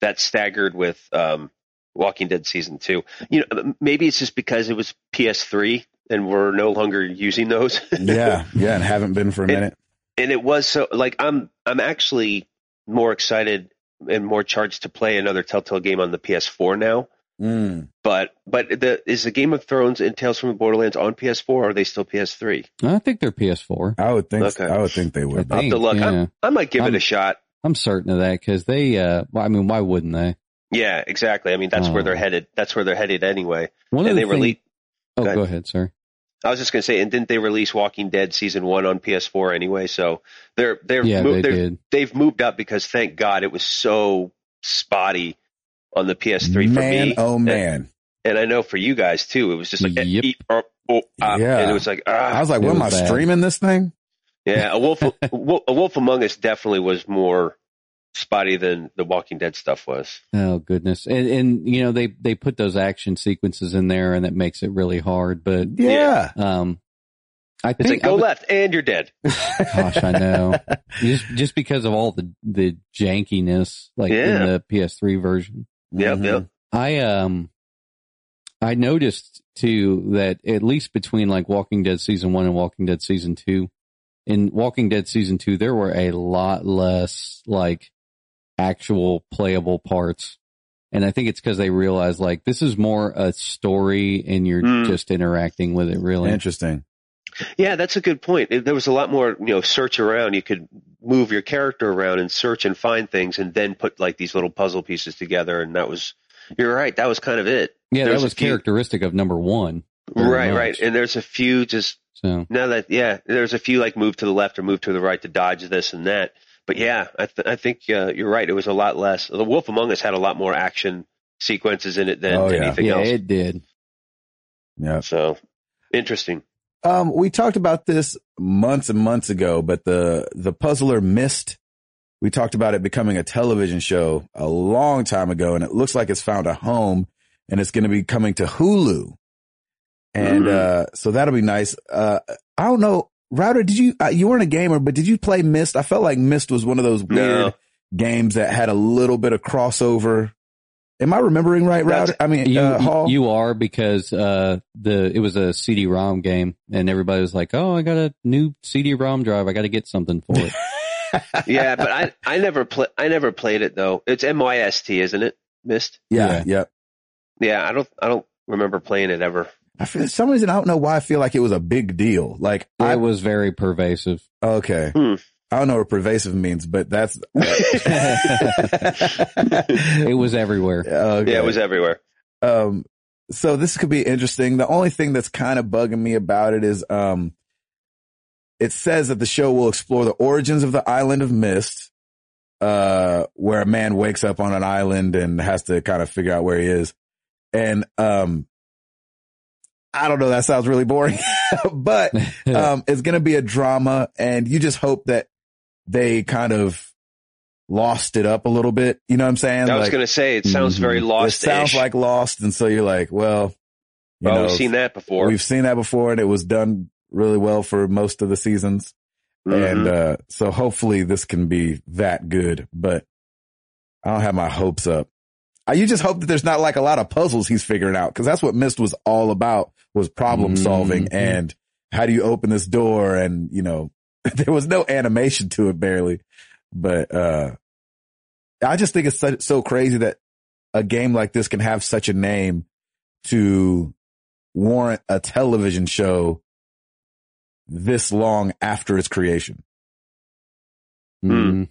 B: that staggered with um, Walking Dead season two. You know, maybe it's just because it was PS3 and we're no longer using those. [laughs]
A: yeah, yeah, and haven't been for a
B: It-
A: minute.
B: and it was so like I'm I'm actually more excited and more charged to play another Telltale game on the PS4 now. Hmm.
A: Mm.
B: But but the is the Game of Thrones and Tales from the Borderlands on PS4 or are they still PS3?
C: I think they're PS4.
A: I would think.
B: Okay.
A: I would think they
C: I
A: would.
C: think,
B: to look.
C: yeah.
B: I might give
C: I'm-
B: it a shot.
C: I'm certain of that because they, uh, well, I mean, why wouldn't they?
B: Yeah, exactly. I mean, that's where
C: Oh.
B: they're headed. That's where they're headed anyway.
C: One of
B: and
C: the
B: they
C: thing-
B: release.
C: Oh,
B: go ahead.
C: go ahead, sir.
B: I was just gonna say, and didn't they release Walking Dead season one on PS4 anyway? So they're they're
C: Yeah,
B: mo-
C: they
B: they're
C: did.
B: they've moved up because thank God it was so spotty on the PS3 for
A: man,
B: me,
A: oh man!
B: and I know for you guys too. It was just like eh,
C: Yep.
B: eh, er, oh, ah,
A: Yeah.
B: and it was like ah,
A: I was like,
C: It
A: "What am I
C: was bad.
A: streaming this thing?"
B: yeah. A
C: [laughs]
B: wolf, a Wolf- a Wolf Among Us definitely was more spotty than the Walking Dead stuff was.
C: Oh goodness, and and you know they they put those action sequences in there, and that makes it really hard. But
A: Yeah,
C: um, I
B: It's
C: think
B: like go
C: I would-
B: left and you're dead. [laughs]
C: Gosh, I know. just just because of all the the jankiness, like
B: Yeah.
C: in the PS3 version.
B: Yep,
A: Mhm.
B: yep.
C: I um I noticed too that at least between like Walking Dead season one and Walking Dead season two, in Walking Dead season two there were a lot less like actual playable parts. And I think it's because they realized like this is more a story and you're
B: Mm.
C: just interacting with it really.
A: Interesting.
B: Yeah, that's a good point. It- There was a lot more, you know, search around. You could move your character around and search and find things, and then put like these little puzzle pieces together. And that was, you're right. That was kind of it.
C: Yeah,
B: There
C: that
B: was a
C: was
B: few-
C: characteristic of number one. Very
B: right,
C: much.
B: right. And there's a few just
C: So
B: now that yeah, there's a few like move to the left or move to the right to dodge this and that. But yeah, I th- I think uh, you're right. It was a lot less. The Wolf Among Us had a lot more action sequences in it than
A: Oh, yeah.
B: anything
C: yeah,
B: else.
C: it did.
A: Yeah.
B: so interesting.
A: Um, we talked about this months and months ago, but the the puzzler missed. We talked about it becoming a television show a long time ago, and it looks like it's found a home, and it's going to be
C: Mm-hmm.
A: coming to Hulu, and uh, so that'll be nice. Uh, I don't know Router, did you, uh, you weren't a gamer, but did you play Mist? I felt like Mist was one of those weird
B: No.
A: games that had a little bit of crossover. Am I remembering right,
B: That's-
A: Router? I mean,
C: You,
A: uh, Hall?
C: you are because uh, the it was a CD-ROM game, and everybody was like, "Oh, I got a new CD-ROM drive. I got to get something for it."
B: yeah, but I I never play I never played it though. It's M Y S T, isn't it? Mist.
A: yeah,
C: yeah.
A: yeah.
B: Yeah, I don't I don't remember playing
A: [laughs]
B: it ever.
A: I feel, for some reason, I don't know why I feel like it was a big deal. Like, [laughs] I
C: it was very pervasive.
A: Okay.
B: Hmm.
A: I don't know what pervasive means, but
B: [laughs]
A: that's. uh,
C: It was everywhere.
A: Okay.
B: Yeah, it was everywhere.
A: Um, so this could be interesting. The only thing that's kind of bugging me about it is, um, it says that the show will explore the origins of the island of mist, uh, where a man wakes up on an island and has to kind of figure out where he is. And, um, I don't know. That sounds really boring, [laughs] but
C: [laughs]
A: um, it's going to be a drama and you just hope that they kind of lost it up a little bit. You know what I'm saying?
B: I was
A: Like, mm-hmm.
B: gonna say it sounds very
A: it
B: lost.
A: sounds like lost. And so you're like, well, you
B: well,
A: know,
B: we've seen that before.
A: we've seen that before and it was done really well for most of the seasons.
B: Mhm.
A: And, uh, so hopefully this can be that good, but I don't have my hopes up. I, you just hope that there's not like a lot of puzzles he's figuring out. Cause that's what Mist was all about was problem solving
C: Mhm.
A: and how do you open this door? And you know, [laughs] there was no animation to it barely, but, uh, I just think it's so, so crazy that a game like this can have such a name to warrant a television show this long after its creation.
C: Mm.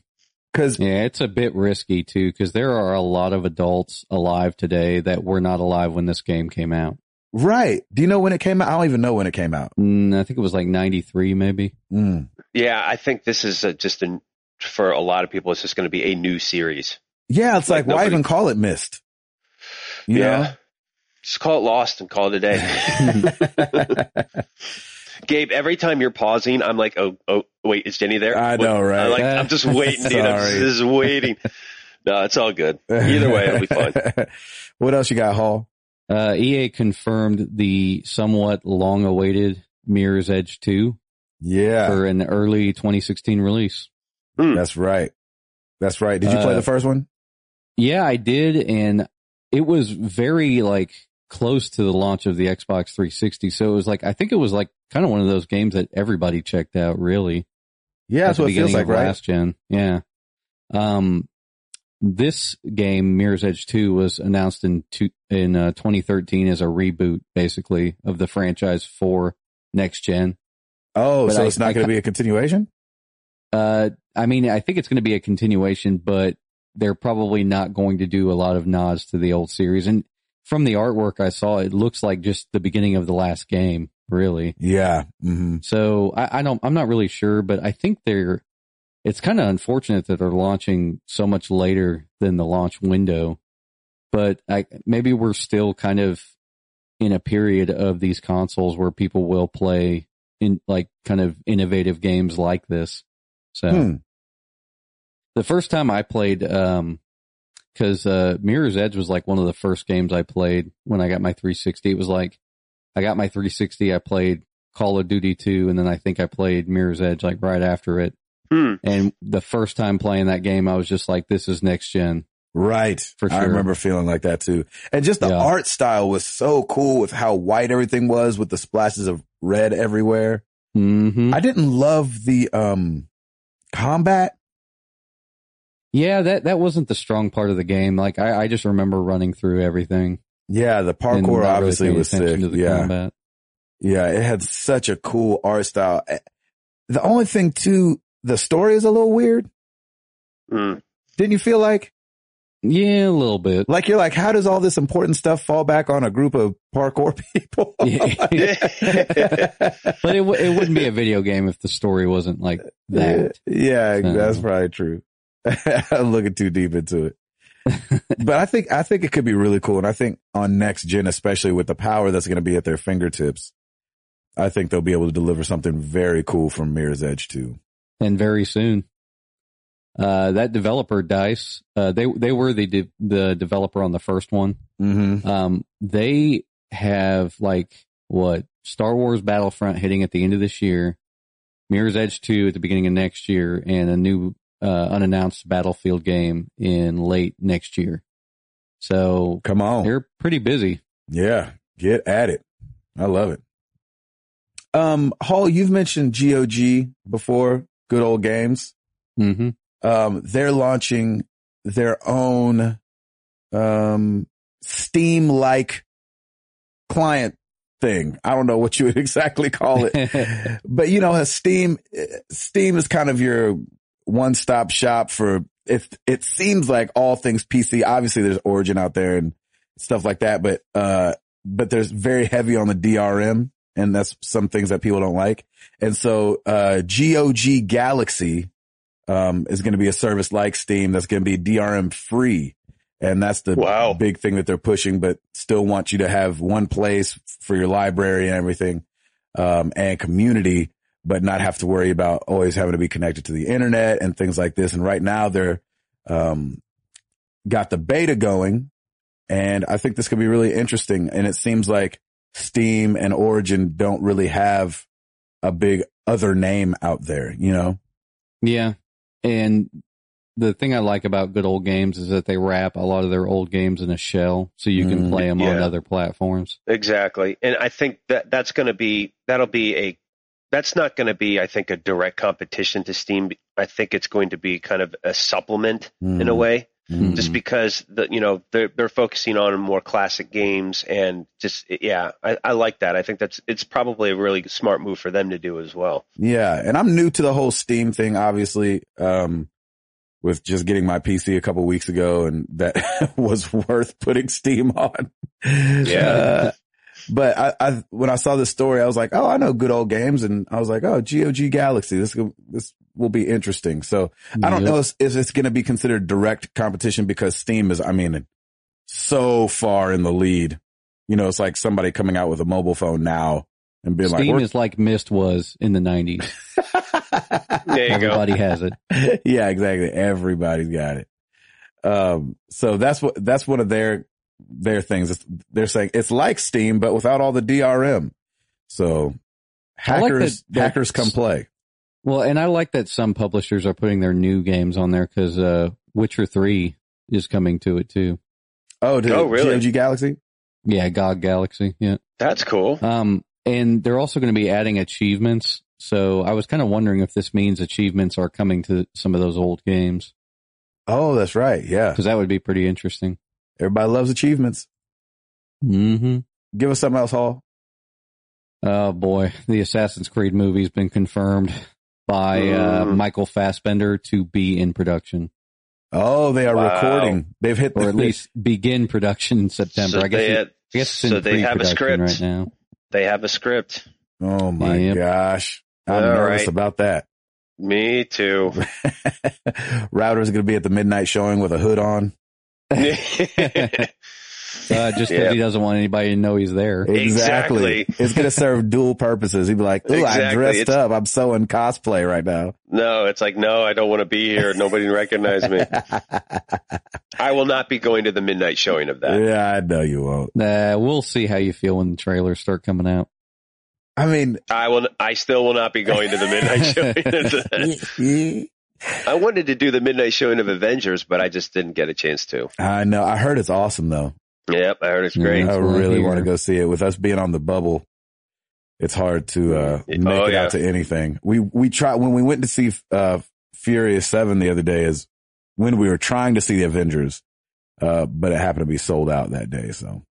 A: Cause
C: Yeah, it's a bit risky too because there are a lot of adults alive today that were not alive when this game came out.
A: right. Do you know when it came out? I don't even know when it came out.
C: Mm, I think it was like '93, maybe.
A: Mm.
B: yeah, I think this is uh just a, for a lot of people. It's just going to be a new series.
A: Yeah. It's like,
B: Like
A: why
B: nobody-
A: even call it Mist? You know?
B: just call it Lost and call it a day.
A: [laughs]
B: Gabe, every time you're pausing, I'm like, oh, oh, wait, is Jenny there?
A: I
B: Wait.
A: know, right?
B: I'm like,
A: [laughs]
B: I'm just waiting, dude. I'm just,
A: Sorry.
B: just waiting. No, it's all good. Either way, it'll
A: [laughs]
B: be fun.
A: what else you got, Hall?
C: Uh, EA confirmed the somewhat long-awaited Mirror's Edge 2
A: Yeah.
C: for an early 2016 release.
A: That's right. That's right. Did you play
C: Hmm. Uh,
A: the first one?
C: Yeah, I did, and it was very like close to the launch of the Xbox 360. So it was like I think it was like kind of one of those games that everybody checked out. Really,
A: Yeah. That's
C: at the
A: what it feels
C: beginning
A: like,
C: of
A: right?
C: last gen. Yeah. Um, this game, Mirror's Edge 2, was announced in two, in uh, 2013 as a reboot, basically, of the franchise for next gen.
A: Oh,
C: But
A: so
C: I-
A: it's not
C: I
A: going to
C: ca-
A: be a continuation?
C: Uh, I mean, I think it's going to be a continuation, but they're probably not going to do a lot of nods to the old series. And from the artwork I saw, it looks like just the beginning of the last game, really.
A: Yeah. hmm
C: So I, I don't, I'm not really sure, but I think they're, it's kind of unfortunate that they're launching so much later than the launch window, but I, maybe we're still kind of in a period of these consoles where people will play in like kind of innovative games like this. So
A: Hmm.
C: the first time I played, um, cause, uh, Mirror's Edge was like one of the first games I played when I got my 360. It was like, I got my 360, I played Call of Duty 2, and then I think I played Mirror's Edge like right after it.
B: Hmm.
C: And the first time playing that game, I was just like, this is next gen.
A: Right.
C: For
A: I
C: sure.
A: remember feeling like that too. And just the
C: Yeah.
A: art style was so cool with how white everything was with the splashes of red everywhere.
C: hmm
A: I didn't love the, um, combat.
C: Yeah, that, that wasn't the strong part of the game. Like, I, I just remember running through everything.
A: Yeah. The
C: and not
A: parkour
C: really
A: obviously
C: paying
A: was sick.
C: attention to the
A: Yeah.
C: combat.
A: Yeah. It had such a cool art style. Eh, The only thing too, the story is a little weird.
B: Hmm. [laughs]
A: Didn't you feel like,
C: Yeah, a little bit.
A: like you're like, how does all this important stuff fall back on a group of parkour [laughs] people?
C: [laughs] Yeah. but it, w- it wouldn't be a video game if the story
A: [laughs]
C: wasn't like that.
A: [laughs] Yeah,
C: So-
A: that's probably true. [laughs] I'm looking too deep into
C: [laughs]
A: it. but I think I think it could be really cool. And I think on next gen, especially with the power that's going to be at their fingertips, I think they'll be able to deliver something very cool from Mirror's Edge too.
C: and very soon. Uh, that developer Dice, uh, they they were the de- the developer on the first one.
A: Mm-hmm.
C: Um, they have like what Star Wars Battlefront hitting at the end of this year. Mirror's Edge 2 at the beginning of next year and a new uh, unannounced Battlefield game in late next year. So
A: Come on.
C: they're pretty busy.
A: Yeah. Get at it. I love it. Um, Hall, you've mentioned GOG before, good old games.
C: hmm
A: Um, they're launching their own, um, Steam like client thing. I don't know what you would [laughs] exactly call it.
C: [laughs]
A: [laughs] but you know, Steam, Steam is kind of your one stop shop for if it seems like all things PC. Obviously there's Origin out there and stuff like that, but, uh, but there's very heavy on the DRM and that's some things that people don't like. And so, uh, GOG Galaxy, um, is going to be a service like Steam that's going to be DRM free. And that's the
B: Wow.
A: big thing that they're pushing, but still want you to have one place for your library and everything um, and community, but not have to worry about always having to be connected to the internet and things like this. And right now they're um, got the beta going, and I think this could be really interesting. And it seems like Steam and Origin don't really have a big other name out there, you know?
C: Yeah. And the thing I like about good old games is that they wrap a lot of their old games in a shell so you can
A: Mm,
C: play them on
B: yeah.
C: other platforms.
B: Exactly, and I think that that's going to be that'll be a that's not going to be I think a direct competition to Steam. I think it's going to be kind of a supplement in a way,
A: Mhm.
C: Mm-hmm.
B: just because the you know they're they're focusing on more classic games and just yeah, I, I like that. I think that's it's probably a really smart move for them to do as well.
A: Yeah, and I'm new to the whole Steam thing, obviously. Um, with just getting my PC a couple weeks ago, and that [laughs] was worth putting Steam on.
B: Yeah.
A: Uh, [laughs] but I, I, when I saw this story, I was like, oh, I know good old games, and I was like, oh, GOG Galaxy, this go- this will be interesting. So I don't
C: Yep.
A: know if, if it's going to be considered direct competition because Steam is, I mean, so far in the lead. You know, it's like somebody coming out with a mobile phone now and being like,
C: Steam
A: we're-
C: is like Mist was in the 90s.
B: There you go.
C: Everybody has it.
A: [laughs] yeah, exactly. Everybody's got it. Um, so that's what, that's one of their, their things. It's, they're saying it's like Steam, but without all the DRM. So
C: I like
A: hackers,
C: that- that-
A: hackers come play.
C: Well, and I like that some publishers are putting their new games on there because uh, Witcher 3 is coming to it too.
A: Oh, did
B: Oh, really?
A: GOG Galaxy?
C: Yeah, GOG Galaxy. Yeah.
B: That's cool.
C: Um, and they're also going to be adding achievements. So I was kind of wondering if this means achievements are coming to some of those old games
A: Oh, that's right. Yeah.
C: because that would be pretty interesting.
A: Everybody loves achievements.
C: Mm-hmm.
A: Give us something else, Hall.
C: Oh boy, the Assassin's Creed movie's been confirmed by uh,
B: Mm.
C: Michael Fassbender to be in production,
A: Oh, they are
B: Wow.
A: recording. They've hit
B: [laughs]
C: or
A: the,
C: at least begin production in September.
B: So
C: I guess.
B: they,
C: it-
B: had-
C: I guess it's in
B: so they have a
C: pre-production
B: script.
C: right now.
B: They have a script.
A: Oh my
C: Yep.
A: gosh. I'm
B: All
A: nervous
B: right.
A: about that. [laughs]
B: Me
C: [laughs]
B: too.
A: Router's going to be at the midnight showing with a hood on.
C: [laughs] Uh, just because
B: Yeah.
C: he doesn't want anybody to know he's there.
A: Exactly.
B: Exactly.
A: it's going to serve
B: [laughs]
A: dual purposes. He'd be like, ooh, I
B: Exactly.
A: dressed
B: It's-
A: up. I'm so in cosplay right now.
B: [laughs]
A: [laughs]
B: No, it's like no, I don't want to be here. Nobody recognize
C: [laughs]
B: me. I will not be going to the midnight showing of that.
A: yeah, I know you won't.
C: Uh, we'll see how you feel when the trailers start coming out. [laughs]
A: I
B: [laughs]
A: mean,
B: I will. I still will not be going to the
C: [laughs]
B: midnight showing. Of that. I wanted to do the midnight showing of Avengers, but I just didn't get a chance to.
A: I know. I heard it's awesome though.
B: Yep, I heard it's great.
C: Yeah.
A: I
C: That's what I
A: really
C: hear.
A: want to go see it with us being on the bubble. It's hard to, uh,
B: Yeah.
A: make
B: Oh,
A: it
B: yeah.
A: out to anything. We, we try when we went to see, uh, Furious seven the other day is when we were trying to see the Avengers, uh, but it happened to be sold out that day. So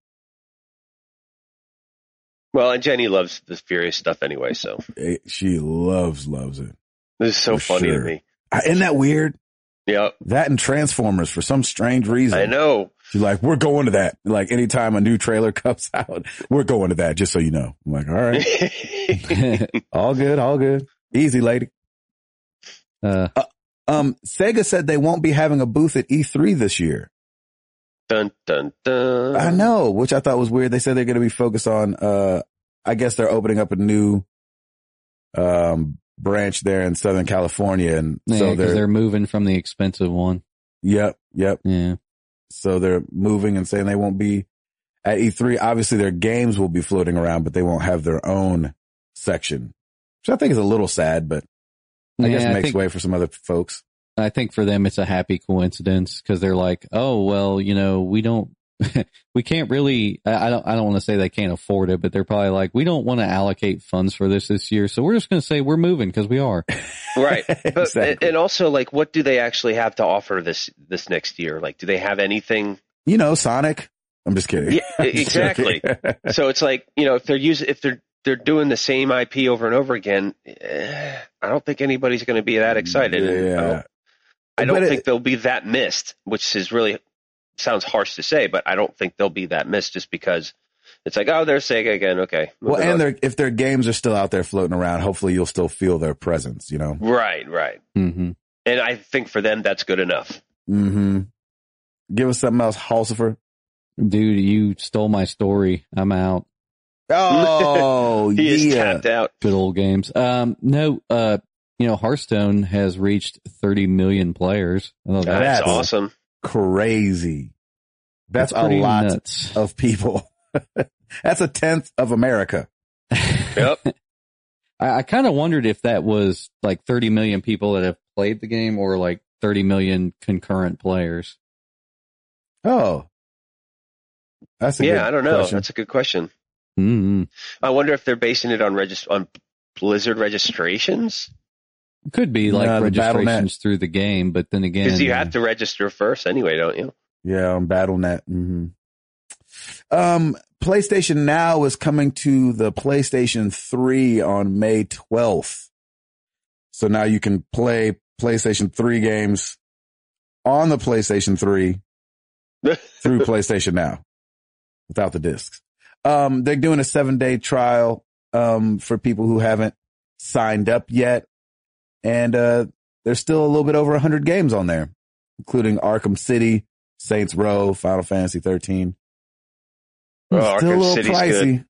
B: Well, and Jenny loves the Furious stuff anyway, so
A: it, eh, she loves, loves it.
B: this is so
A: For
B: funny
A: sure.
B: to me.
A: I, isn't that weird?
B: Yep,
A: That and Transformers for some strange reason.
B: I know.
A: She's like, we're going to that. Like anytime a new trailer [laughs] comes out, we're going to that, just so you know. I'm like, all
B: [laughs]
A: right, all good, all good. Easy lady.
C: uh,
B: [laughs]
A: Um, Sega said they won't be having a booth at E3 this year.
B: dun dun dun.
C: Uh-huh.
A: I know, which I thought was weird. They said they're going to be focused on, uh, I guess they're opening up a new, um, branch there in Southern California. And
C: yeah,
A: so
C: 'cause
A: they're,
C: they're moving from the expensive one.
A: yep, yep.
C: Yeah.
A: So they're moving and saying they won't be E at E3. Obviously their games will be floating around, but they won't have their own section. which I think is a little sad, but I guess
C: Yeah,
A: makes
C: think,
A: way for some other folks.
C: I think for them it's a happy coincidence because they're like, oh well, you know, we don't, [laughs] we can't really. I, I don't. I don't want to say they can't afford it, but they're probably like, we don't want to allocate funds for this this year, so we're just going to say we're moving because
A: [laughs]
C: we are.
B: right. But
A: Exactly.
B: and also like what do they actually have to offer this this next year? Like do they
A: [laughs]
B: have anything?
A: You know, Sonic. I'm just kidding.
B: Yeah,
A: I'm [laughs] just
B: exactly.
A: [laughs] joking.
B: so it's like, you know, if they're using if they're they're doing the same IP over and over again, eh, I don't think anybody's going to be that excited. And I
A: Yeah.
B: don't, I don't
A: But it-
B: think they'll be that missed, which is really sounds harsh to say, but I don't think they'll be that missed just because it's like, oh, there's Sega again. Okay.
A: Well,
B: moving
A: and
B: on.
A: their if their games are still out there floating around, hopefully you'll still feel their presence. You know.
B: right, right.
C: hmm
B: And I think for them, that's good enough.
A: Mm-hmm. Give us something else, Halsifer.
C: Dude, you stole my story. I'm out.
A: Oh
B: [laughs] He is
A: yeah.
B: tapped out.
C: Good old games. Um, no, uh, you know, Hearthstone has reached 30 million players. I thought that
B: That's
A: That's-
B: awesome.
A: Crazy. That's, a
C: pretty
A: lot
C: Nuts.
A: of people. [laughs] That's a tenth of America.
B: Yep.
C: [laughs] I, I kind of wondered if that was like 30 million people that have played the game or like 30 million concurrent players.
A: Oh. That's a good
B: Yeah, I don't know.
A: question.
B: That's a good question.
C: mm
B: I wonder if they're basing it on regist- on Blizzard registrations
C: Could be like
A: No, the
C: registrations
A: Battle.net.
C: through the game, but then again,
B: because you have to register first anyway, don't you? [laughs]
A: Yeah, on BattleNet. hmm Um, PlayStation Now is coming to the PlayStation 3 on May 12th. So now you can play PlayStation 3 games on the PlayStation 3 through PlayStation Now without the discs. Um, they're doing a seven day trial, um, for people who haven't signed up yet. And, uh, there's still a little bit over hundred games on there, including Arkham City, Saints Row, Final Fantasy 13.
B: Oh,
A: still a
B: Arkham
A: little
B: City's
A: pricey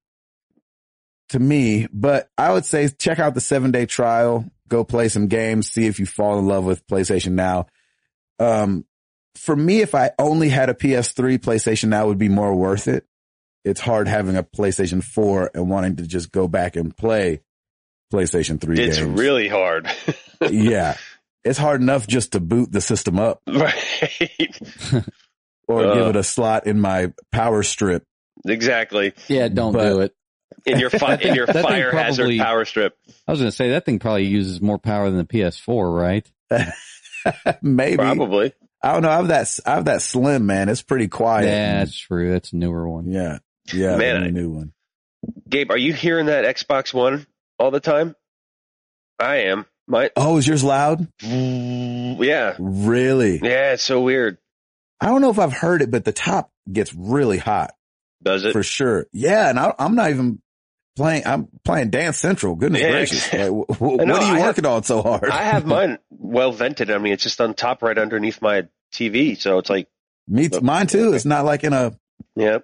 A: to me, but I would say check out the seven day trial, go play some games, see if you fall in love with PlayStation Now. Um, for me, if I only had a PS3, PlayStation Now would be more worth it. It's hard having a PlayStation 4 and wanting to just go back and play PlayStation 3
B: It's
A: games.
B: really hard.
A: [laughs]
B: [laughs]
A: yeah. It's hard enough just to boot the system up
B: right.
A: or
B: Uh.
A: give it a slot in my power strip. [laughs]
B: Exactly.
C: yeah, don't
A: But-
C: do it.
B: In your fi-
A: [laughs]
B: in your
C: That thing
B: fire hazard
C: probably-
B: power strip.
C: I was going to say that thing probably uses more power than the PS4, right?
A: Maybe.
B: Probably.
A: I don't know. I have that, I have that slim, man. It's pretty quiet. Mm.
C: yeah, that's true. That's a newer one.
A: Yeah. Yeah.
B: Man,
A: the
B: I-
A: new one.
B: Gabe, are you hearing that Xbox One all the time? I am. My
A: Oh, is yours loud?
B: yeah.
A: Really?
B: Yeah, it's so weird.
A: I don't know if I've heard it, but the top gets really hot
B: Does it?
A: for sure. Yeah. And I, I'm not even playing, I'm playing Dance Central. Goodness
B: Yeah, [laughs]
A: gracious.
B: exactly.
A: Like, wh- wh- what
B: know,
A: are you
B: I have-
A: working on so hard?
B: I have mine well vented. I mean, it's just on top right underneath my TV, so it's like,
A: Me, t- mine too. It's not like in a,
B: yeah.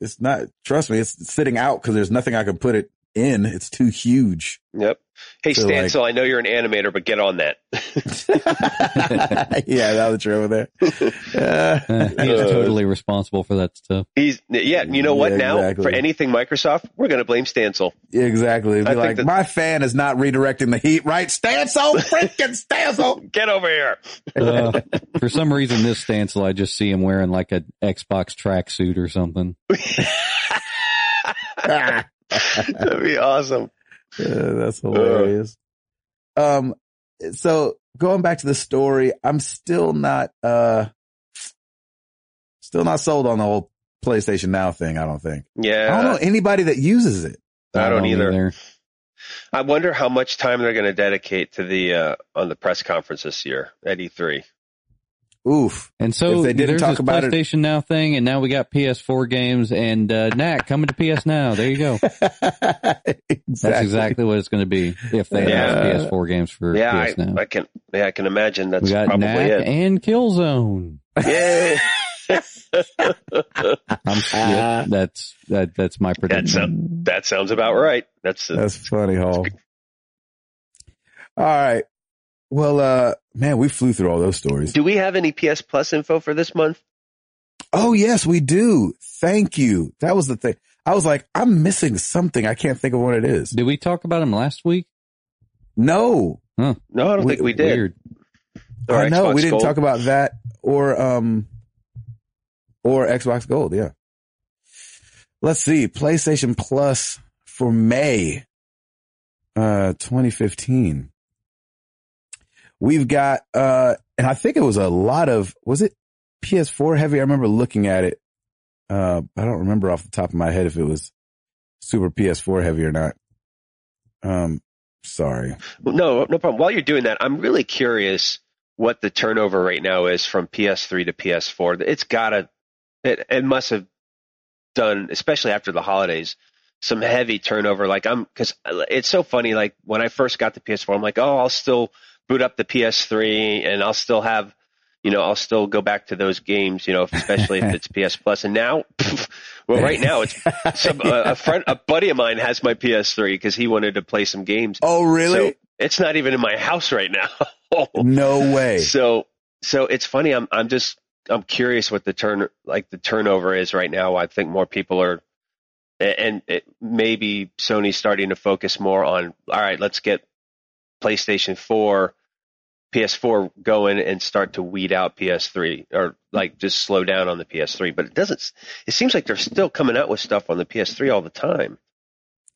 A: it's not, trust me, it's sitting out because there's nothing I can put it in. It's too
B: [laughs]
A: huge. [laughs]
B: Yep. Hey,
A: So, like-
B: Stancil, I know you're an animator, but get on that. [laughs]
A: yeah, that was true over there.
B: [laughs]
A: Uh,
C: Uh, he's
B: Uh,
C: totally responsible for that stuff.
B: He's yeah. You know what?
A: Yeah,
B: now for
A: exactly.
B: anything Microsoft, we're going to blame Stancil.
A: exactly. It'd Be
B: I think
A: like,
B: that-
A: my fan is not redirecting the heat right.
B: [laughs]
A: Stancil, freaking
C: [laughs]
A: Stancil.
B: Get
A: [laughs]
B: over here.
C: Uh, for some reason, this stencil, I just see him wearing like an Xbox tracksuit or something.
A: Ah.
B: That'd be awesome.
A: Yeah, that's hilarious. Um, so going back to the story, I'm still not, uh, still not sold on the whole PlayStation Now thing. I don't think. I don't
B: Yeah.
A: know anybody that uses it.
B: I don't either. I wonder how much time they're going to dedicate to the uh, on the press conference this year at E E3.
A: Oof. [laughs]
C: And so
A: If they didn't
C: there's
A: talk
C: this
A: about it-
C: PlayStation Now thing, and now we got PS4 games and uh, NAC coming to PS Now. There
A: [laughs]
C: you go.
A: exactly.
C: That's exactly what it's going to be if they announce
A: Yeah.
C: PS4 games for
B: Yeah,
C: PS Now.
B: I, I can. Yeah, I can imagine that's
C: we got
B: probably
C: NAC
B: it.
C: and Killzone.
B: Yeah,
A: [laughs]
C: I'm, yeah, that's that, that's my
B: that
C: prediction.
B: sound, uh, that sounds about right. That's uh,
A: That's funny, Hall. All right. Well, uh, man, we flew through all those stories.
B: Do we have any PS Plus info for this month?
A: Oh, yes, we do. Thank you. That was the thing. I was like, I'm missing something. I can't think of what it is.
C: Did we talk about him last week?
A: No,
B: No, I don't
A: We-
B: think we did. [laughs]
C: Weird. [laughs]
B: Or
A: I know
B: Xbox
A: we didn't
B: Gold.
A: talk about that or um or Xbox Gold. Yeah. Let's see PlayStation Plus for May, uh, 2015. We've got uh, and I think it was a lot of was it PS4 heavy? I remember looking at it. Uh, I don't remember off the top of my head if it was super PS4 heavy or not. Um, sorry.
B: Well, No, no problem. While you're doing that, I'm really curious what the turnover right now is from PS3 to PS4. It's gotta, it, it must have done, especially after the holidays, some heavy turnover. Like I'm, because it's so funny. Like when I first got the PS4, I'm like, oh, I'll still boot up the PS3 and I'll still have, you know, I'll still go back to those games, you know, especially if it's PS Plus. And now, well, right now it's some a, a friend, a buddy of mine has my PS3 because he wanted to play some games.
A: oh really?
B: So it's not even in my house right now. [laughs]
A: no way.
B: so so it's funny. I'm I'm just I'm curious what the turn like the turnover is right now. I think more people are, a- and it, maybe Sony's starting to focus more on all right, let's get PlayStation Four, PS4 going and start to weed out PS3 or like just slow down on the PS3. But it doesn't. It seems like they're still coming out with stuff on the PS3 all the time,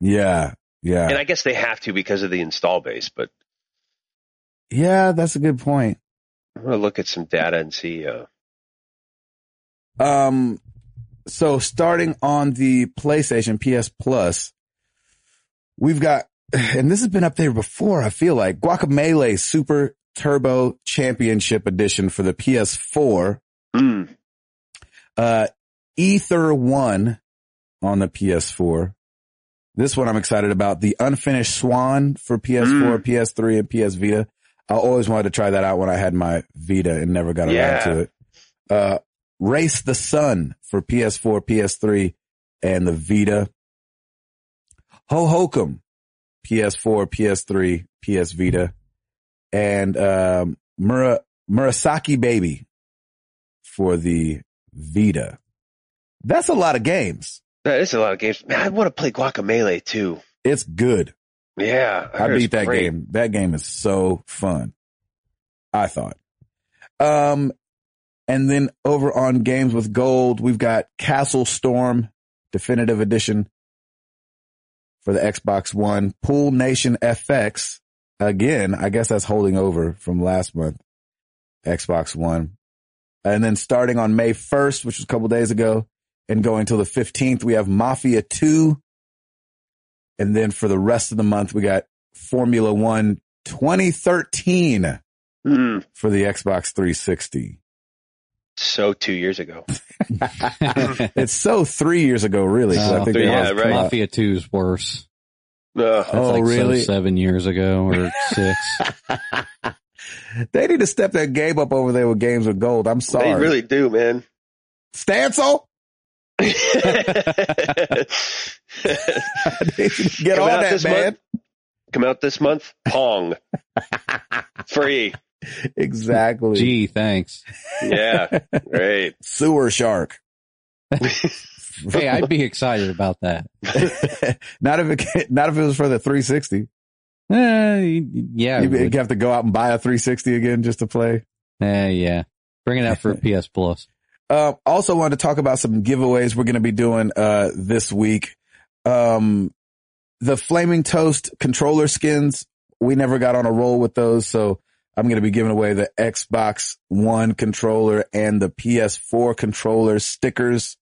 A: Yeah. Yeah.
B: and I guess they have to because of the install base, but.
A: yeah, that's a good point.
B: I'm gonna look at some data and see. Uh,
A: Um, so starting on the PlayStation PS Plus, we've got, and this has been up there before, I feel like Guacamele Super Turbo Championship Edition for the PS4,
B: hmm,
A: uh, Ether 1 on the PS4. This one I'm excited about. The Unfinished Swan for PS4,
B: Mm.
A: PS3, and PS Vita. I always wanted to try that out when I had my Vita and never got around
B: Yeah.
A: to it. Uh, Race the Sun for PS4, PS3, and the Vita. Ho Hokum, PS4, PS3, PS Vita. And, um, Mura, Murasaki Baby for the Vita. That's a lot of games.
B: that is a lot of games. Man, I want to play Guacamelee too.
A: It's good.
B: Yeah,
A: I
B: heard
A: beat
B: it's
A: that
B: great.
A: game. That game is so fun. I thought. Um, and then over on games with gold, we've got Castle Storm Definitive Edition for the Xbox One, Pool Nation FX. Again, I guess that's holding over from last month, Xbox One. And then starting on May 1st, which was a couple days ago and going till the 15th, we have Mafia 2. And then for the rest of the month, we got Formula One 2013
B: Hmm,
A: for the Xbox 360.
B: so two years ago.
A: It's so three years ago, really. 'cause I
C: Oh,
A: think
B: three,
A: they
B: yeah,
A: lost
B: right.
A: count.
C: Mafia Two is worse.
B: Ugh.
C: That's
A: Oh,
C: like so
A: really?
C: seven years ago
A: [laughs]
C: or six.
A: They need to step that game up over there with games with gold. I'm sorry.
B: they really do,
A: [laughs]
B: man. [laughs]
A: Stancil? [laughs] They should Get
B: Come
A: on
B: out
A: that,
B: this
A: man.
B: Come out this month.
A: [laughs]
B: Pong, free.
A: Exactly.
C: Gee, thanks.
B: Yeah, great.
A: Sewer shark.
C: [laughs] Hey, I'd be excited about that.
A: [laughs] not if it not if it was for the 360.
C: Eh, yeah, I
A: You'd,
C: would.
A: you'd have to go out and buy a 360 again just to play.
C: Eh, yeah. Bring it
A: [laughs]
C: out for PS Plus.
A: Uh, also wanted to talk about some giveaways we're going to be doing, uh, this week. Um, the flaming toast controller skins, we never got on a roll with those. So I'm going to be giving away the Xbox one controller and the PS4 controller stickers.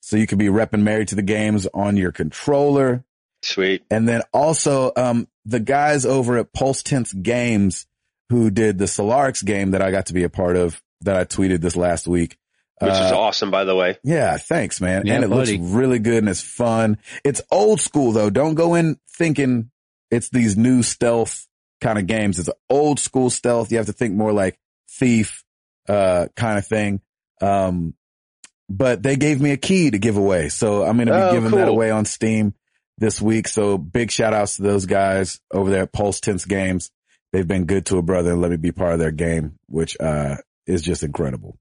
A: So you can be repping married to the games on your controller.
B: Sweet.
A: And then also, um, the guys over at Pulse Tense Games who did the Solarix game that I got to be a part of that I tweeted this last week.
B: Which
A: Uh,
B: is awesome, by the way.
A: yeah, thanks, man.
C: Yeah,
A: and it
C: buddy.
A: looks really good and it's fun. It's old school though. Don't go in thinking it's these new stealth kind of games. It's old school stealth. You have to think more like thief, uh, kind of thing. Um, but they gave me a key to give away. So I'm going to be
B: Oh,
A: giving that
B: cool.
A: away on Steam this week. So big shout outs to those guys over there at Pulse Tense Games. They've been good to a brother and let me be part of their game, which, uh, is just incredible.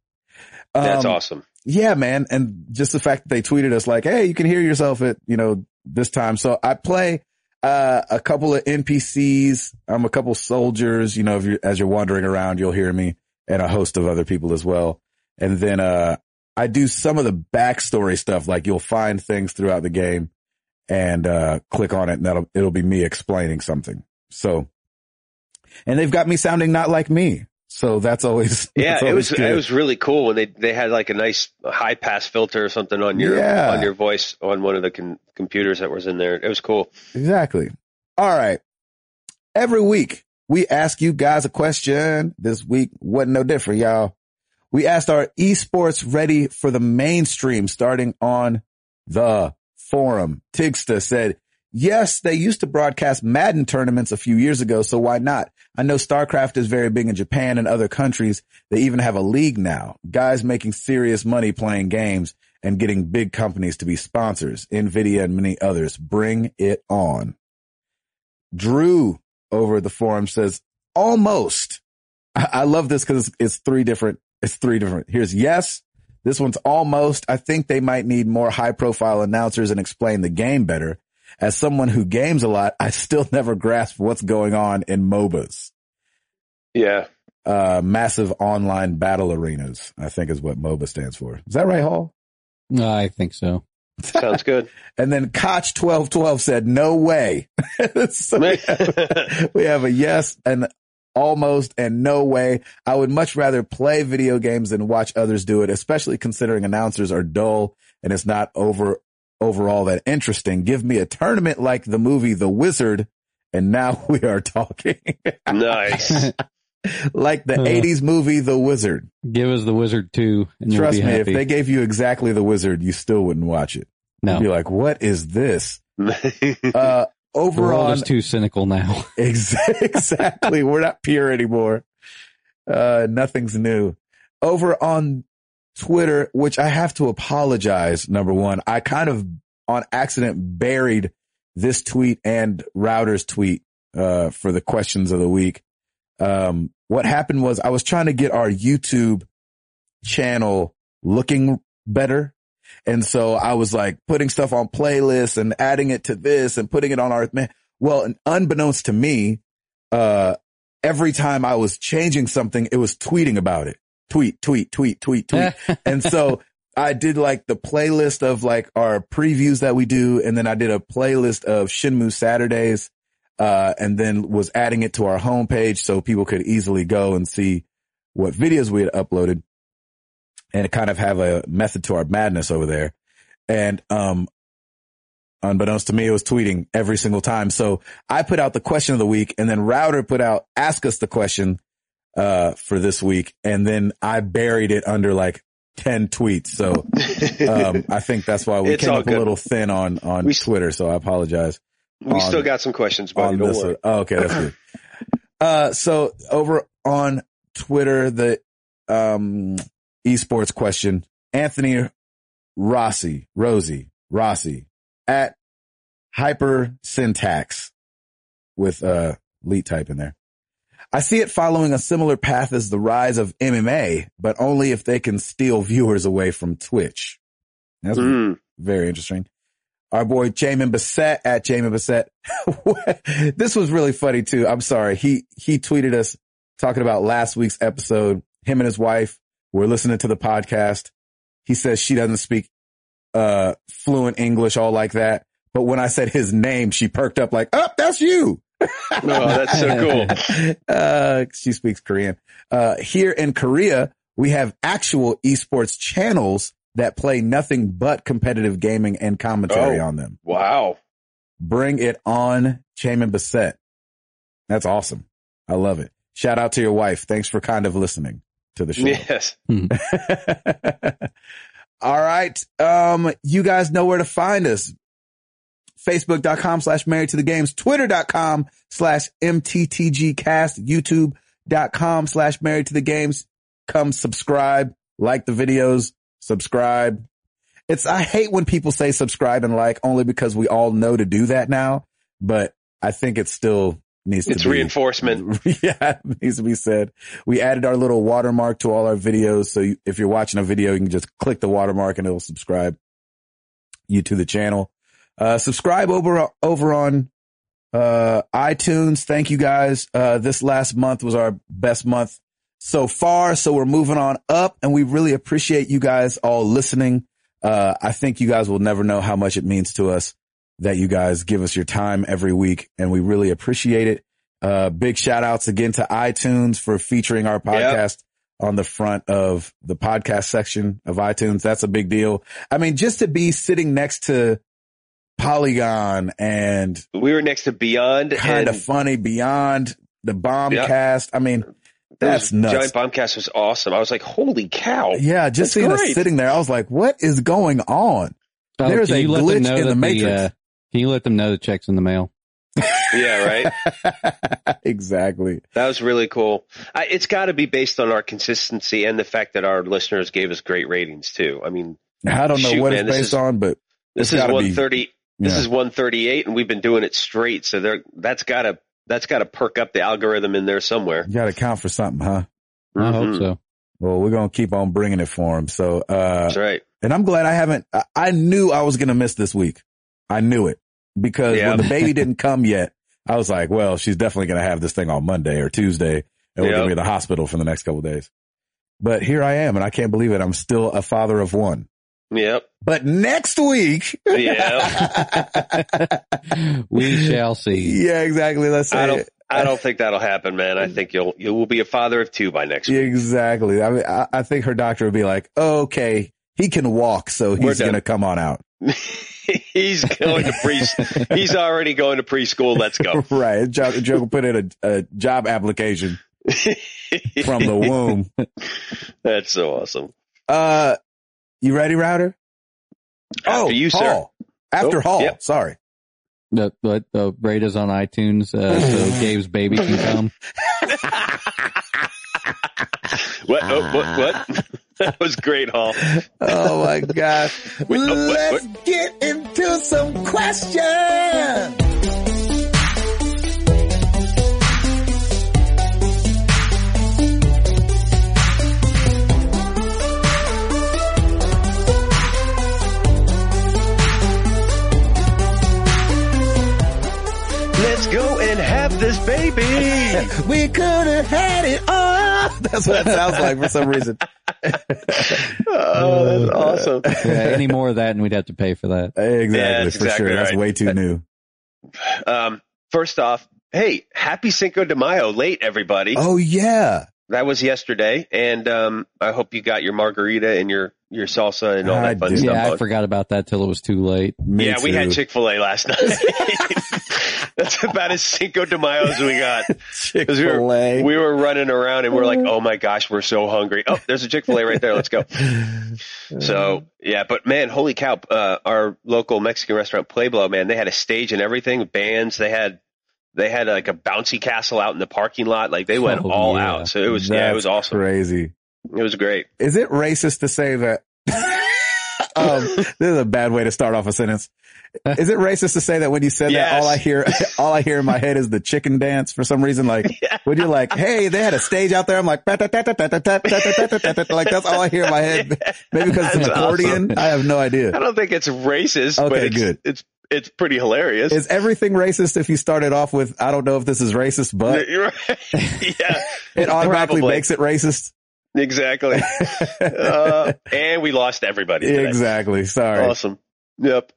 B: That's
A: Um,
B: awesome.
A: yeah, man. And just the fact that they tweeted us like, Hey, you can hear yourself at, you know, this time. So I play, uh, a couple of NPCs, um, a couple soldiers. You know, if you as you're wandering around, you'll hear me and a host of other people as well. And then uh, I do some of the backstory stuff. Like you'll find things throughout the game and uh, click on it, and that'll it'll be me explaining something. So, and they've got me sounding not like me. So that's always [laughs] [laughs]
B: Yeah,
A: that's
B: it
A: always
B: was it
A: good.
B: was really cool when they they had like a nice high pass filter or something on your
A: Yeah.
B: on your voice on one of the com- computers that was in there. It was cool.
A: Exactly. All right. Every week we ask you guys a question. This week wasn't no different, y'all. We asked our esports ready for the mainstream starting on the forum. Tigsta said, yes, they used to broadcast Madden tournaments a few years ago. So why not? I know StarCraft is very big in Japan and other countries. They even have a league now. Guys making serious money playing games and getting big companies to be sponsors, Nvidia and many others. Bring it on. Drew over at the forum says, almost. I, I love this because it's, it's three different. It's three different. Here's yes. This one's almost. I think they might need more high profile announcers and explain the game better. As someone who games a lot, I still [laughs] never grasp what's going on in MOBAs
B: Yeah.
A: uh, massive online battle arenas, I think is what MOBA stands for. Is that right, Hall?
C: No, I think so.
A: [laughs]
B: Sounds good.
A: And then Koch twelve twelve said, "No way." [laughs] so we, have, we have a yes and almost and no way. I would much rather play video games than watch others do it, especially considering announcers are dull and it's not over overall that interesting. Give me a tournament like the movie The Wizard, and now [laughs] we are talking
B: [laughs] nice.
A: like the
C: Uh.
A: '80s movie The Wizard.
C: Give us the wizard two. And you'll
A: Trust
C: be
A: me, if
C: happy.
A: they gave you exactly The Wizard, you still wouldn't watch it.
C: no,
A: You'd be like, "What is this?"
B: yeah,
A: Uh,
C: the
A: over
C: world
A: on
C: is too
A: [laughs]
C: cynical now. [laughs]
A: Ex- exactly. We're not pure anymore. Uh, nothing's new. Over on Twitter, which I have to apologize. Number one, I kind of on accident buried this tweet and Router's tweet, uh, for the questions of the week. Um, what happened was I was trying to get our YouTube channel looking better. And so I was like putting stuff on playlists and adding it to this and putting it on our, man, well, and unbeknownst to me, uh, every time I was changing something, it was tweeting about it. Tweet, tweet, tweet, tweet, tweet. and so I did like the playlist of like our previews that we do. And then I did a playlist of Shinmu Saturdays, uh, and then was adding it to our homepage so people could easily go and see what videos we had uploaded and kind of have a method to our madness over there. And, um, unbeknownst to me, it was tweeting every single time. So I put out the question of the week and then router put out, ask us the question, uh, for this week. And then I buried it under like 10 tweets. So, um, I think that's why we
B: It's
A: came
B: all
A: up
B: good.
A: a little thin on, on
B: We-
A: Twitter. So I apologize
B: [laughs] we still
A: on-
B: got some questions, buddy.
A: on
B: Don't
A: this
B: worry.
A: one. Oh, okay, that's good. Uh, so over on Twitter, the um esports question, Anthony Rossi, Rosie Rossi at Hyper Syntax with uh leet type in there. I see it following a similar path as the rise of MMA, but only if they can steal viewers away from Twitch. That's [laughs]
B: Mm.
A: very interesting. Our boy Jamin Bassett at Jamin Bassett. [laughs] this was really funny too. I'm sorry. He, he tweeted us talking about last week's episode. Him and his wife were listening to the podcast. He says she doesn't speak, uh, fluent English, all like that. But when I said his name, she perked up like, oh, that's you.
B: Oh, that's so
A: [laughs]
B: cool.
A: Uh, she speaks Korean. Uh, here in Korea, we have actual esports channels that play nothing but competitive gaming and commentary
B: Oh.
A: on them.
B: Wow.
A: Bring it on, Chamin Bassett. That's awesome. I love it. Shout out to your wife. Thanks for kind of listening to the show.
B: Yes.
A: [laughs] All right. Um, you guys know where to find us. Facebook.com slash married to the games, Twitter.com slash MTTGcast, YouTube.com slash married to the games. Come subscribe, like the videos, subscribe. It's, I hate when people say subscribe and like only because we all know to do that now, but I think it still needs
B: It's
A: to be
B: reinforcement.
A: [laughs] yeah, it needs to be said. We added our little watermark to all our videos. So you, if you're watching a video, you can just click the watermark and it'll subscribe you to the channel. Uh, subscribe over, over on Uh, iTunes, thank you guys. Uh, this last month was our best month so far. So we're moving on up and we really appreciate you guys all listening. Uh, I think you guys will never know how much it means to us that you guys give us your time every week and we really appreciate it. Uh, big shout outs again to iTunes for featuring our podcast on the front of the podcast section of iTunes. That's a big deal. I mean, just to be sitting next to Polygon and
B: We were next to Beyond
A: kind
B: and
A: of funny beyond the bomb
B: Yeah.
A: cast. I mean, that's
B: those-
A: nuts.
B: Giant Bombcast was awesome. I was like, holy cow.
A: [laughs] yeah, just
B: That's
A: seeing us
B: great.
A: sitting there, I was like, what is going
B: [laughs]
A: on?
C: Oh,
A: There's
C: can
A: a
C: you let
A: glitch
C: them know
A: in the
C: that uh,
A: matrix.
C: can you let them know the check's in the mail?
B: Yeah, right.
A: exactly.
B: That was really cool. I, it's got to be based on our consistency and the fact that our listeners gave us great ratings too. I mean,
A: I don't know
B: Shoot,
A: what
B: man,
A: it's
B: this
A: based
B: is-
A: on, but
B: this
A: It's
B: is
A: gotta be-
B: 130 this
A: yeah.
B: is 138 and we've been doing it straight, so there that's got to that's got to perk up the algorithm in there somewhere.
A: you got to count for something, huh?
C: I
B: Mhm.
C: hope so.
A: Well, we're going to keep on bringing it for him. So, uh,
B: That's right.
A: and I'm glad I haven't, I, I knew I was going to miss this week. I knew it because
B: Yeah.
A: when the baby
B: [laughs]
A: didn't come yet, I was like, well, she's definitely going to have this thing on Monday or Tuesday and we're
B: Yeah.
A: going to be in the hospital for the next couple of days. But here I am and I can't believe it. I'm still a father of one,
B: Yep.
A: but next
B: [laughs]
A: week.
C: [laughs] we
A: [laughs]
C: shall see.
A: yeah, exactly. Let's
B: I
A: say
B: don't
A: it.
B: I don't think that'll happen, man. I think you'll you will be a father of two by next week. [laughs]
A: exactly. I mean, I, I think her doctor would be like, okay, he can walk. So
B: We're
A: he's
B: done.
A: going to come on out.
B: he's going to pre he's already going to preschool. Let's [laughs] go.
A: [laughs] right. Job, Joe will put in a, a job
B: [laughs]
A: application from the womb.
B: That's so awesome.
A: Uh, you ready, Router? Oh,
B: After you, sir.
A: Hall. After
B: Oh,
A: Hall.
B: yep.
A: Sorry.
C: The, but uh, Brada's on iTunes,
A: [laughs]
C: uh, so Gabe's baby can come.
B: What? Oh, what? What? [laughs] that was great, Hall.
A: Oh
B: [laughs]
A: my gosh.
B: Wait, oh, what-
A: Let's get into some questions.
B: Let's go and have this [laughs] baby.
A: We could have had it all. [laughs] That's what that sounds like for some
B: [laughs]
A: reason.
B: Oh, that's awesome.
C: Yeah, any more of that, and we'd have to pay for that.
A: Exactly.
B: that's
A: for
B: exactly
A: sure. That's
B: right.
A: way too new.
B: Um, first off, hey, happy Cinco de Mayo, late everybody.
A: Oh yeah.
B: That was yesterday, and um, I hope you got your margarita and your your salsa and all
A: I
B: that fun
A: did.
B: stuff.
C: Yeah, I
B: on.
C: forgot about that till it was too late.
A: Me
B: yeah, we had
A: too.
B: Chick Fil A last night.
A: [laughs]
B: That's about as Cinco de Mayo as we got.
A: [laughs]
B: Because we
A: Chick-fil-A.
B: were, we were running around and we are like, oh my gosh, we're so hungry. Oh, there's a Chick fil A right there. Let's go.
A: [sighs] Mm-hmm.
B: So, yeah, but man, holy cow. Uh, our local Mexican restaurant, Pueblo, man, they had a stage and everything, bands. They had, they had like a bouncy castle out in the parking lot. Like they went
C: Oh,
B: all
C: yeah.
B: out. So it was, yeah, it was
A: That's
B: awesome.
A: Crazy.
B: It was great.
A: Is it racist to say that? [laughs] um, this is a bad way to start off a sentence. Is it racist to say that when you said that, all I
B: Yes. [laughs]
A: hear, [laughs] all I hear in my head is the chicken dance for some reason? Like, when you're like, hey, they had a stage out there, I'm like, "Bat, tat, tat, tat, tat, tat, tat, tat, tat, tat, tat, tat," like that's all I hear in my
B: [laughs]
A: head. Maybe because it's
B: That's
A: an accordion. I have no idea.
B: [laughs] I don't think it's racist, but
A: Okay,
B: it's,
A: good.
B: it's, it's pretty hilarious.
A: Is everything racist if you started off with, I don't know if this is racist, but
B: [laughs] You're right.
A: [laughs]
B: [laughs] yeah.
A: it automatically
B: Probably.
A: makes it racist?
B: [laughs] Exactly. uh, and we
A: [laughs]
B: lost everybody. today.
A: Exactly. Sorry.
B: Awesome. Yep.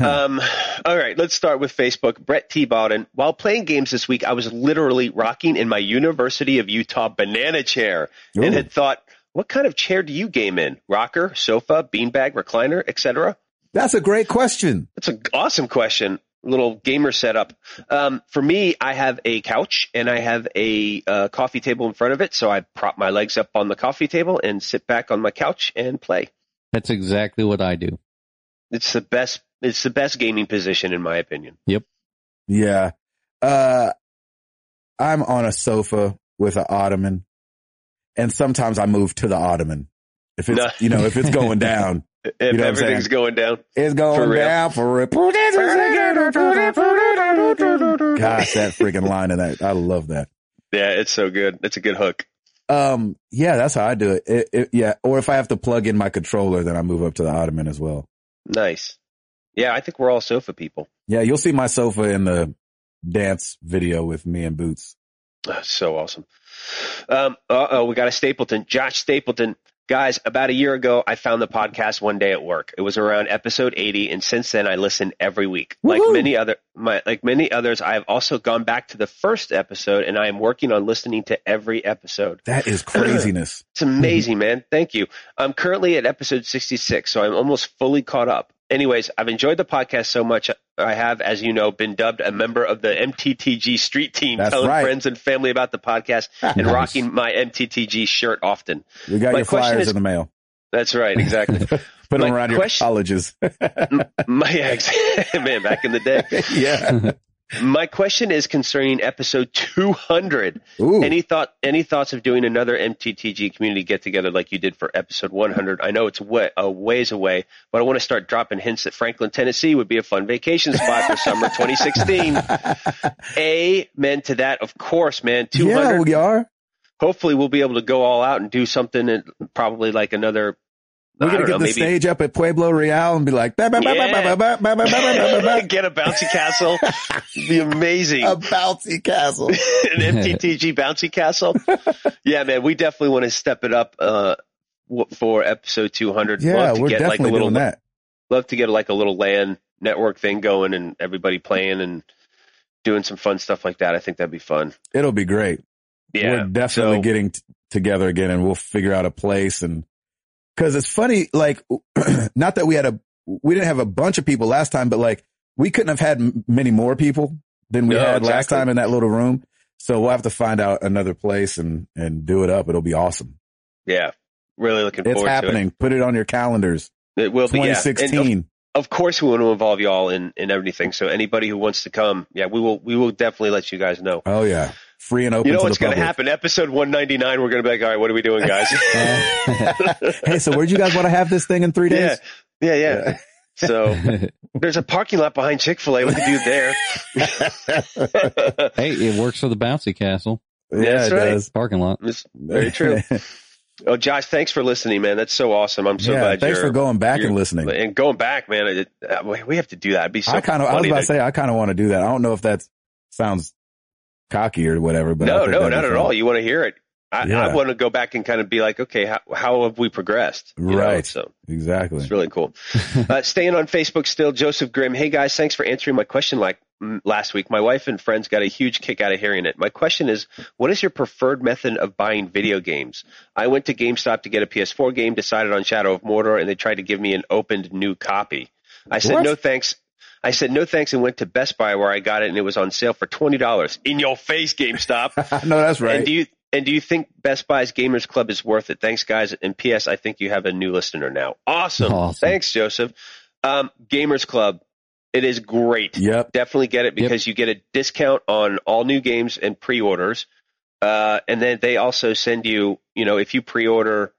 B: um, all right, let's start with Facebook. Brett T. Bowden. While playing games this week, I was literally rocking in my University of Utah banana chair
A: Ooh.
B: and had thought, what kind of chair do you game in? Rocker, sofa, beanbag, recliner, etc.?
A: That's a great question.
B: That's an awesome question. Little gamer setup. Um, for me, I have a couch and I have a uh, coffee table in front of it, so I prop my legs up on the coffee table and sit back on my couch and play.
C: That's exactly what I do.
B: It's the best. It's the best gaming position in my opinion.
A: Yeah. Uh, I'm on a sofa with an ottoman and sometimes I move to the ottoman. If it's,
B: No.
A: you know, if it's
B: [laughs]
A: going down,
B: If
A: what I'm
B: everything's
A: saying?
B: going down,
A: it's going
B: For real.
A: down for real. [laughs] Gosh, that freaking line in that. I love that.
B: yeah, it's so good. It's a good hook.
A: Um, yeah, that's how I do it. it, it yeah. Or if I have to plug in my controller, then I move up to the ottoman as well.
B: Nice. Yeah, I think we're all sofa people.
A: Yeah. You'll see my sofa in the dance video with me and Boots.
B: Oh, so awesome. Um, oh, we got a Stapleton, Josh Stapleton. Guys, about a year ago, I found the podcast one day at work. It was around episode 80, and since then, I listen every week. Like
A: Woohoo!
B: many other, my, like many others, I have also gone back to the first episode, and I am working on listening to every episode.
A: That is craziness.
B: It's amazing, man. Thank you. I'm currently at episode 66, so I'm almost fully caught up. Anyways, I've enjoyed the podcast so much. uh, I have, as you know, been dubbed a member of the MTTG street team,
A: That's
B: telling
A: right.
B: friends and family about the podcast and
A: Nice.
C: [laughs]
B: rocking my MTTG shirt often.
A: You got
B: My
A: your
B: question
A: flyers
B: is-
A: in the mail. [laughs]
B: That's right, exactly.
A: Put
B: My
A: them around
B: question-
A: your colleges.
B: My ex, [laughs] man, back in the day.
A: yeah.
B: My question is concerning episode 200.
A: Ooh.
B: Any thought? Any thoughts of doing another MTTG community get together like you did for episode 100? I know it's way, a ways away, but I want to start dropping hints that Franklin, Tennessee, would be a fun vacation spot for summer
A: [laughs]
B: 2016. Amen to that, of course, man. 200.
A: yeah, we are.
B: Hopefully, we'll be able to go all out and do something, and probably like another.
A: We're
B: I
A: gonna
B: don't
A: get
B: know,
A: the
B: maybe-
A: stage up at Pueblo Real and be like, "Ba, ba, ba, ba,
B: Yeah.
A: ba, ba, ba, ba, ba, ba, ba, ba,
B: [laughs] get a bouncy castle. Be amazing.
A: a bouncy castle.
B: [laughs] an
A: [laughs]
B: MTTG bouncy castle. yeah, man, we definitely want to step it up uh, w- for episode 200.
A: Yeah,
B: love to
A: we're
B: get like a
A: definitely
B: little,
A: doing that.
B: love to get like a little LAN network thing going and everybody playing and doing some fun stuff like that. I think that'd be fun.
A: It'll be great.
B: Yeah,
A: we're definitely
B: so-
A: getting t- together again and we'll figure out a place and cause it's funny, like [clears throat] not that we had a, we didn't have a bunch of people last time, but like we couldn't have had m- many more people than we
B: No,
A: had last
B: exactly.
A: time in that little room. So we'll have to find out another place and, and do it up. It'll be awesome.
B: yeah. Really looking
A: It's
B: forward
A: happening. Put it on your calendars.
B: to it. It will be yeah. And of
A: 2016.
B: of course we want to involve y'all in, in everything. So anybody who wants to come, yeah, we will we will definitely let you guys know.
A: Oh yeah. Free and open
B: You know
A: to
B: what's
A: the
B: going to
A: public.
B: happen? Episode 199, we're going to be like, all right, what are we doing,
A: [laughs]
B: guys? [laughs]
A: hey, so where'd you guys want to have this thing in three
B: [laughs] yeah,
A: days?
B: yeah, yeah. [laughs] So there's a parking lot behind Chick Fil A. We could do there. [laughs]
C: hey, it works for the bouncy castle
A: yeah,
B: That's
A: it
B: right.
A: does.
C: parking lot.
B: It's very true. Oh, Josh, thanks for listening, man. That's so awesome. I'm so
A: yeah,
B: glad
A: thanks
B: you're
A: for going back
B: you're-
A: and listening.
B: and going back, man. It, uh, we- we have to do that. It'd be so
A: I kind of, I was
B: funny
A: about to
B: to-
A: say, I kind of want to do that. I don't know if that sounds cocky or whatever, but I
B: no,
A: think
B: no,
A: that'd be
B: not at
A: fun.
B: all. You want to hear it? I,
A: Yeah.
B: I want to go back and kind of be like, okay, how, how have we progressed? You know,
A: Right.
B: So
A: Exactly.
B: It's really cool. uh, staying on Facebook still, Joseph Grimm. Hey guys, thanks for answering my question like mm, last week. My wife and friends got a huge kick out of hearing it. My question is, what is your preferred method of buying video games? I went to GameStop to get a PS4 game, decided on Shadow of Mordor, and they tried to give me an opened new copy. I said
A: What?
B: no thanks. I said no thanks and went to Best Buy where I got it and it was on sale for twenty dollars. In your face,
A: [laughs]
B: GameStop.
A: no, that's
B: And
A: right.
B: do you and do you think Best Buy's Gamers Club is worth it? Thanks, guys. And P.S. I think you have a new listener now. Awesome.
C: Awesome.
B: Thanks, Joseph. Um, Gamers Club, it is great.
A: yep.
B: Definitely get it because you get a discount on all new games and pre-orders. Uh, and then they also send you, you know, if you pre-order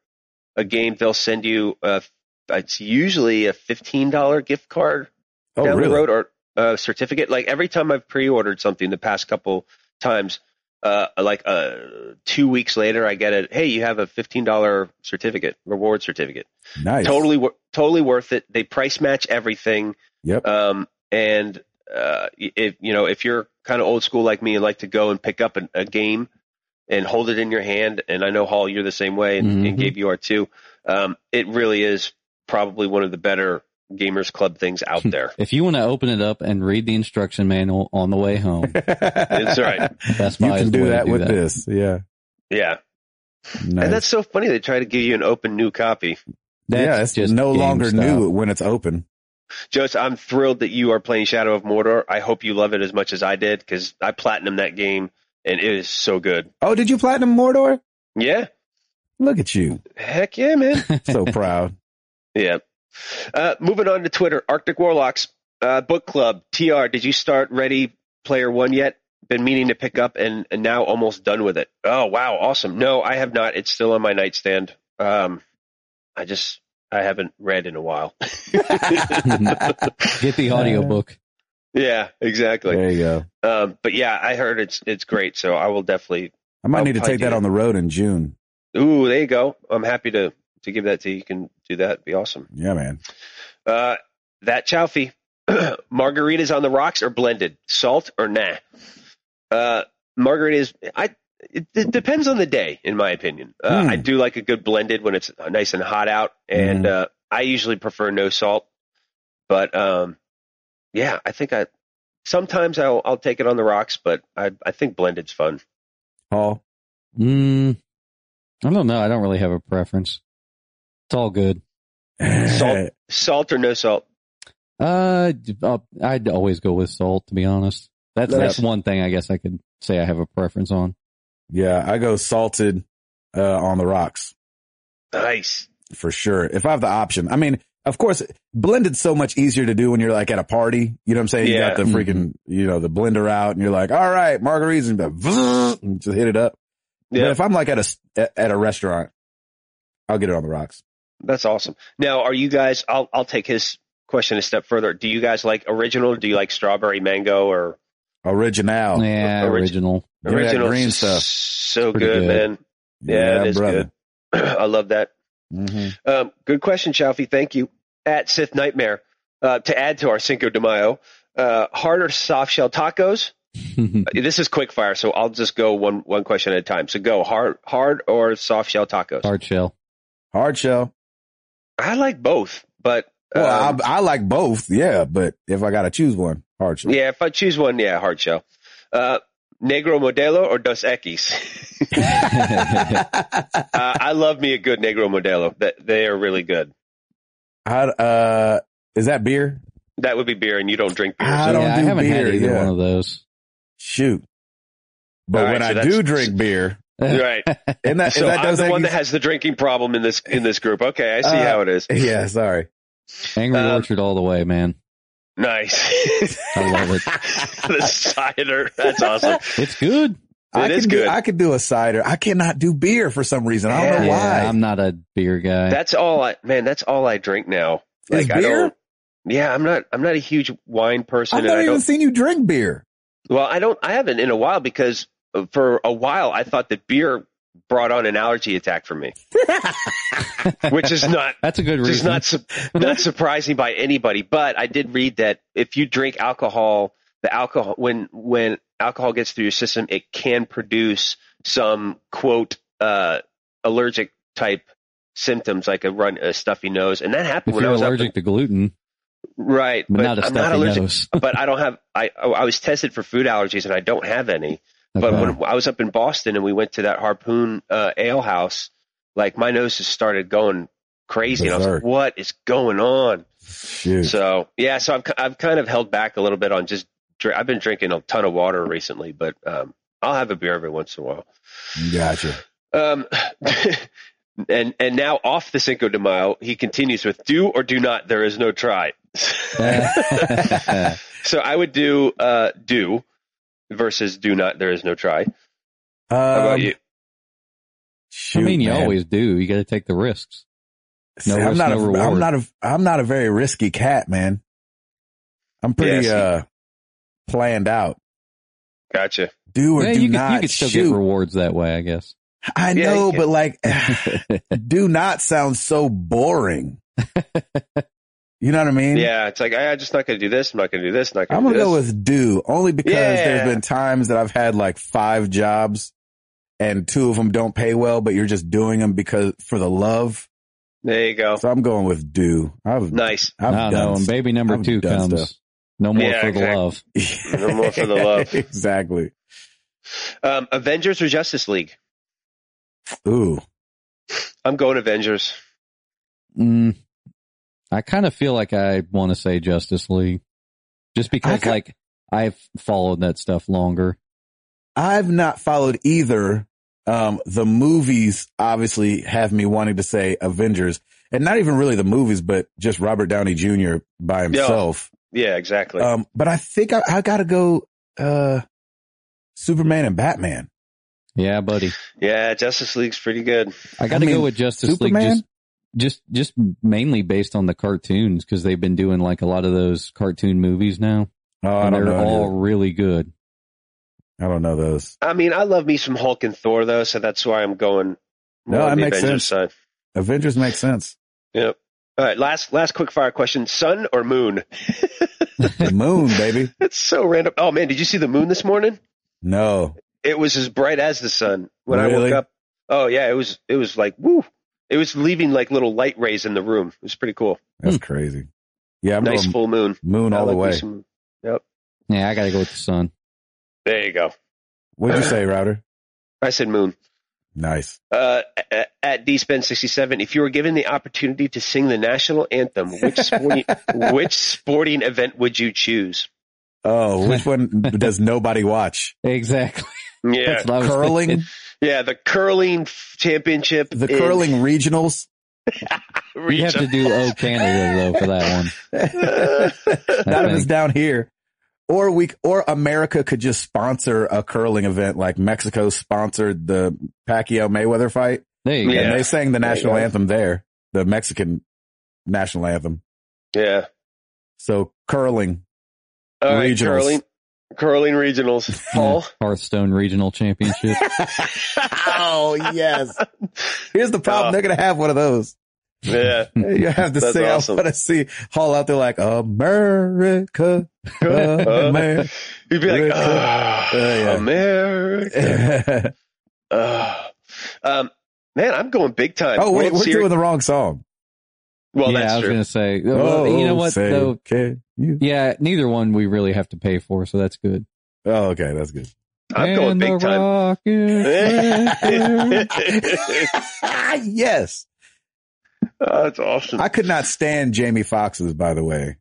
B: a game, they'll send you a, it's usually a fifteen dollar gift card
A: Oh,
B: down
A: really?
B: the road or a certificate. Like every time I've pre-ordered something the past couple times, uh, like uh, two weeks later, I get a hey, you have a fifteen dollar certificate, reward certificate.
A: Nice.
B: Totally, wor- totally worth it. They price match everything,
A: Yep.
B: um, and uh, if you know if you're kind of old school like me and like to go and pick up an, a game and hold it in your hand, and I know Hall, you're the same way, and, and
A: Mm-hmm.
C: Mhm.
B: Gabe, you are too. Um, it really is probably one of the better gamers club things
A: [laughs]
B: out there.
C: If you want to open it up and read the instruction manual on the
A: [laughs]
C: way home, [laughs]
A: That's [laughs]
B: right.
C: Best
A: You
C: Buy
A: can
C: is the
A: do
C: way to
A: that
C: do
A: with
C: that.
A: this. Yeah.
B: yeah.
A: Nice.
B: And that's so funny. They try to give you an open new copy.
A: yeah, it's no longer new when it's open.
B: Joseph, I'm thrilled that you are playing Shadow of Mordor. I hope you love it as much as I did because I platinum that game and it is so good.
A: Oh, did you platinum Mordor?
B: Yeah.
A: Look at you.
B: Heck yeah, man. [laughs]
C: [laughs]
A: So proud.
B: yeah. Uh, moving on to Twitter, Arctic Warlocks, uh, Book Club, TR. Did you start Ready Player One yet? Been meaning to pick up and, and now almost done with it. Oh, wow. Awesome. No, I have not. It's still on my nightstand. Um, I just, I haven't read in a while. [laughs]
C: Get the audiobook.
B: yeah, exactly.
A: there you go.
B: Um, but yeah, I heard it's it's great, so I will definitely.
A: I might
B: I'll
A: need to
B: probably
A: take
B: do
A: that
B: that.
A: on the road in June.
B: Ooh, there you go. I'm happy to to give that to you. You can do that. It'd be awesome.
A: Yeah, man.
B: Uh, that Chowfee. [clears throat] margaritas on the rocks or blended, salt or nah. Uh, margaritas, I it, it depends on the day, in my opinion. Uh,
A: Hmm.
B: I do like a good blended when it's nice and hot out, and uh, I usually prefer no salt. But um, yeah, I think I sometimes I'll, I'll take it on the rocks, but I, I think blended's fun.
A: Paul.
C: Mm, I don't know. I don't really have a preference. It's all good.
B: Salt. Salt or no salt?
C: Uh, uh, I'd always go with salt, to be honest. That's
A: Nice.
C: that's one thing I guess I could say I have a preference on.
A: yeah, I go salted uh, on the rocks
B: Nice.
A: for sure. If I have the option, I mean, of course, blended's so much easier to do when you're like at a party. You know what I'm saying?
B: Yeah.
A: You got the freaking, you know, the blender out, and you're like, all right, margaritas, and, you and just hit it up. But
B: Yeah,
A: if I'm like at a at a restaurant, I'll get it on the rocks.
B: that's awesome. Now, are you guys? I'll I'll take his question a step further. Do you guys like original? Do you like strawberry mango or
A: Original.
C: yeah,
B: orig-
C: original. [laughs]
A: Give me that
B: original?
A: green
B: S-
A: stuff.
B: So
C: Pretty
B: good,
C: good.
B: man. Yeah, it is good. [clears throat] I love that.
A: hmm
B: Um, good question, Chalfie. Thank you. At Sith Nightmare, uh, to add to our Cinco de Mayo, uh, hard or soft shell tacos? This is quick fire, so I'll just go one one question at a time. So go hard, hard or soft shell tacos.
A: [laughs]
C: Hard shell.
A: Hard shell.
B: I like both, but
A: Well,
B: um,
A: I, I like both. Yeah, but if I got to choose one, hard shell.
B: yeah, if I choose one, yeah, hard shell. Uh, Negro Modelo or
A: [laughs]
B: Dos Equis? [laughs] uh, I love me a good Negro Modelo. That they are really good.
A: How, uh, is that beer?
B: That would be beer, and you don't drink beer.
A: I
B: so-
A: don't
C: yeah, I
A: do
C: haven't had
A: beer,
C: either
A: yeah.
C: one of those.
A: Shoot. But
B: All right,
A: when
B: so
A: I
B: that's-
A: do drink beer, [laughs]
B: right.
A: and that,
B: [laughs]
A: and
B: So
A: Ah. that
B: I'm
A: does
B: the one that
A: that
B: has the drinking problem in this in this group. Okay, I see
A: Uh,
B: how it is.
A: [laughs] yeah,
B: [laughs]
A: sorry.
C: Angry
B: Uh,
C: Orchard all the way, man.
A: [laughs]
B: Nice. [laughs]
C: I love it.
B: the cider. That's awesome.
C: It's
A: [laughs]
C: good.
A: I
B: It is
A: can do,
B: good.
A: I could do a cider. I cannot do beer for some reason. I don't know
B: Yeah,
A: why.
C: I'm not a beer guy.
B: That's all I man, that's all I drink now.
A: Is
B: I
A: beer?
B: don't Yeah, I'm not I'm not a huge wine person
A: I've
B: and
A: never
B: I
A: even
B: don't
A: seen you drink beer.
B: well, I don't I haven't in a while because uh, for a while I thought that beer brought on an allergy attack
C: [laughs]
B: for me. Which is not
C: That's a good
B: just
C: reason.
B: not su- not surprising by anybody. But I did read that if you drink alcohol, the alcohol when when alcohol gets through your system, it can produce some quote uh, allergic type symptoms like a run a stuffy nose, and that happened
C: if
B: when I
C: you're
B: was up
C: allergic to gluten,
B: in- right,
C: but
B: but
C: not a
B: I'm not
C: stuffy
B: allergic.
C: nose.
B: but I don't have I I was tested for food allergies and I don't have any. But
C: Okay. [laughs]
B: when I was up in Boston and we went to that Harpoon uh, Ale House, like my nose just started going crazy, and I was
A: Berserk.
B: like, "What is going on?"
A: Shoot.
B: So yeah, so I've ki- I've kind of held back a little bit on just drink. I've been drinking a ton of water recently, but um, I'll have a beer every once in a while. [laughs]
A: Gotcha.
B: Um, and and now off the Cinco de Mayo, he continues with do or do not. There is no try. [laughs] so I would do uh, do versus do not. There is no try.
A: Um,
B: How about you?
A: Shoot,
C: I mean, you
A: man.
C: always do. You got to take the risks.
A: See,
C: no
A: I'm
C: risk,
A: not
C: no
A: a, I'm
C: reward.
A: not a, I'm not a very risky cat, man. I'm pretty
B: Yes.
A: uh planned out.
B: Gotcha.
A: Do or
C: yeah,
A: do
C: you could,
A: not
C: you could still
A: shoot.
C: get rewards that way, I guess.
A: I
B: Yeah,
A: know,
B: you can.
A: but like,
B: [laughs]
A: do not sounds so
B: [laughs]
A: boring. you know what I mean?
B: Yeah, it's like I, am just not going to do this. I'm not going to do this. I'm not
A: I'm
B: going to
A: gonna
B: do this.
A: go with do only because there's
B: Yeah.
A: been times that I've had like five jobs and two of them don't pay well, but you're just doing them because for the love.
B: there you go.
A: So I'm going with do. I've,
B: Oh. Nice.
A: I've done
C: no, no, and baby number
A: I've
C: two
A: done
C: comes.
A: stuff.
C: No more
B: Yeah,
C: for the
B: exactly.
C: love.
B: No more
A: [laughs]
B: for the love.
A: exactly.
B: Um, Avengers or Justice League?
A: Ooh.
B: I'm going Avengers.
C: Mm, I kind of feel like I want to say Justice League, just because
A: ca-
C: like I've followed that stuff longer.
A: I've not followed either. Um, the movies obviously have me wanting to say Avengers and not even really the movies, but just Robert Downey Jr. by himself.
B: Yeah, exactly.
A: Um, but I think I, I gotta go, uh, Superman and Batman.
C: Yeah, buddy.
B: yeah, Justice League's pretty good.
C: I got to
A: I mean,
C: go with Justice League
A: Superman?
C: just just just mainly based on the cartoons because they've been doing like a lot of those cartoon movies now.
A: Oh, I
C: and
A: don't
C: they're
A: know.
C: all really good.
A: I don't know those.
B: I mean, I love me some Hulk and Thor though, so that's why I'm going
A: No,
B: more on
A: that
B: the
A: makes
B: Avengers side.
A: Avengers makes sense.
B: Yep. All right, last last quick fire question: Sun or moon? [laughs]
A: The moon, baby.
B: That's so random. Oh man, did you see the moon this morning?
A: No.
B: It was as bright as the sun when I woke
A: Really?
B: up. Oh yeah, it was it was like woo. It was leaving like little light rays in the room. It was pretty cool.
A: That's crazy. Yeah, I'm
B: Hmm. Nice
A: going
B: full moon.
A: moon
B: I
A: all the
B: like me
A: way.
B: some-
C: Yeah, I gotta go with the sun.
B: There you go.
A: What'd you
B: [laughs]
A: say, Router?
B: I said moon.
A: Nice.
B: Uh, a- at dspend67, if you were given the opportunity to sing the national anthem, which sporting, which sporting event would you choose?
A: Oh,
B: [laughs]
A: which one does nobody watch?
C: [laughs] Exactly.
B: Yeah,
C: That's what I was
A: Curling?
C: thinking.
B: yeah, the curling f- championship.
A: The
B: in
A: curling regionals?
C: You have to
B: region.
C: do O Canada though for that one.
A: None of it's
C: think.
A: down here. Or we, or America could just sponsor a curling event like Mexico sponsored the Pacquiao Mayweather fight.
C: There you
B: Yeah.
A: And they sang the
B: There you
A: national
B: go.
A: anthem there, the Mexican national anthem.
B: [laughs] Yeah,
A: So curling.
B: all right,
A: Regionals.
B: curling, curling regionals.
C: go.
B: Paul,
C: Hearthstone Regional Championship.
A: oh yes. [laughs] Here's the problem.
B: Oh.
A: They're gonna have one of
B: [laughs]
A: those.
B: yeah,
A: You have to
B: That's
A: say
B: awesome.
A: I want to see Hall out there like
B: [laughs]
A: America, America. [laughs]
B: you'd be like
A: Really?
B: "Ah,
A: Uh, yeah.
B: America.
A: [laughs]
B: Ah." um, man, I'm going big time.
A: oh wait,
B: World
A: we're
B: Series- Oh,
A: doing the wrong song.
B: [laughs] well,
C: yeah, I
B: that's
C: was
B: true.
C: gonna say. uh, well,
A: Oh,
C: you know what
A: say,
C: though?
A: Can you?
C: Yeah, neither one we really have to pay for, so that's good.
A: Oh, okay, that's good.
B: I'm going
C: And
B: big
C: the Oh,
B: time. [laughs]
C: Rockets.
A: Ah, [laughs] yes,
B: Oh, that's awesome.
A: I could not stand Jamie Foxx's. By the way,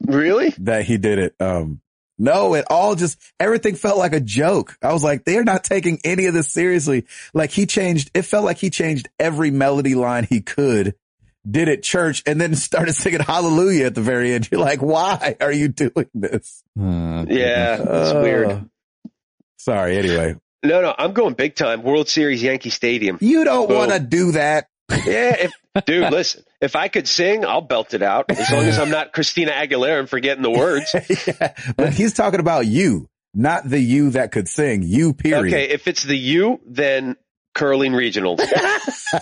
B: really?
A: that he did it. Um, no, it all just everything felt like a joke. I was like, they're not taking any of this seriously. Like he changed, it felt like he changed every melody line he could, did at church, and then started singing Hallelujah at the very end. You're like, why are you doing this?
C: Uh,
B: Yeah, that's weird.
A: Uh, Sorry. Anyway,
B: No, no, I'm going big time. World Series, Yankee Stadium.
A: [laughs] you don't
B: Boom.
A: want to do that.
B: Yeah, if, dude, listen. If I could sing, I'll belt it out. As long as I'm not Christina Aguilera and forgetting the words.
A: yeah. [laughs] But he's talking about you, not the you that could sing. You, period.
B: Okay, if it's the U, then curling regionals.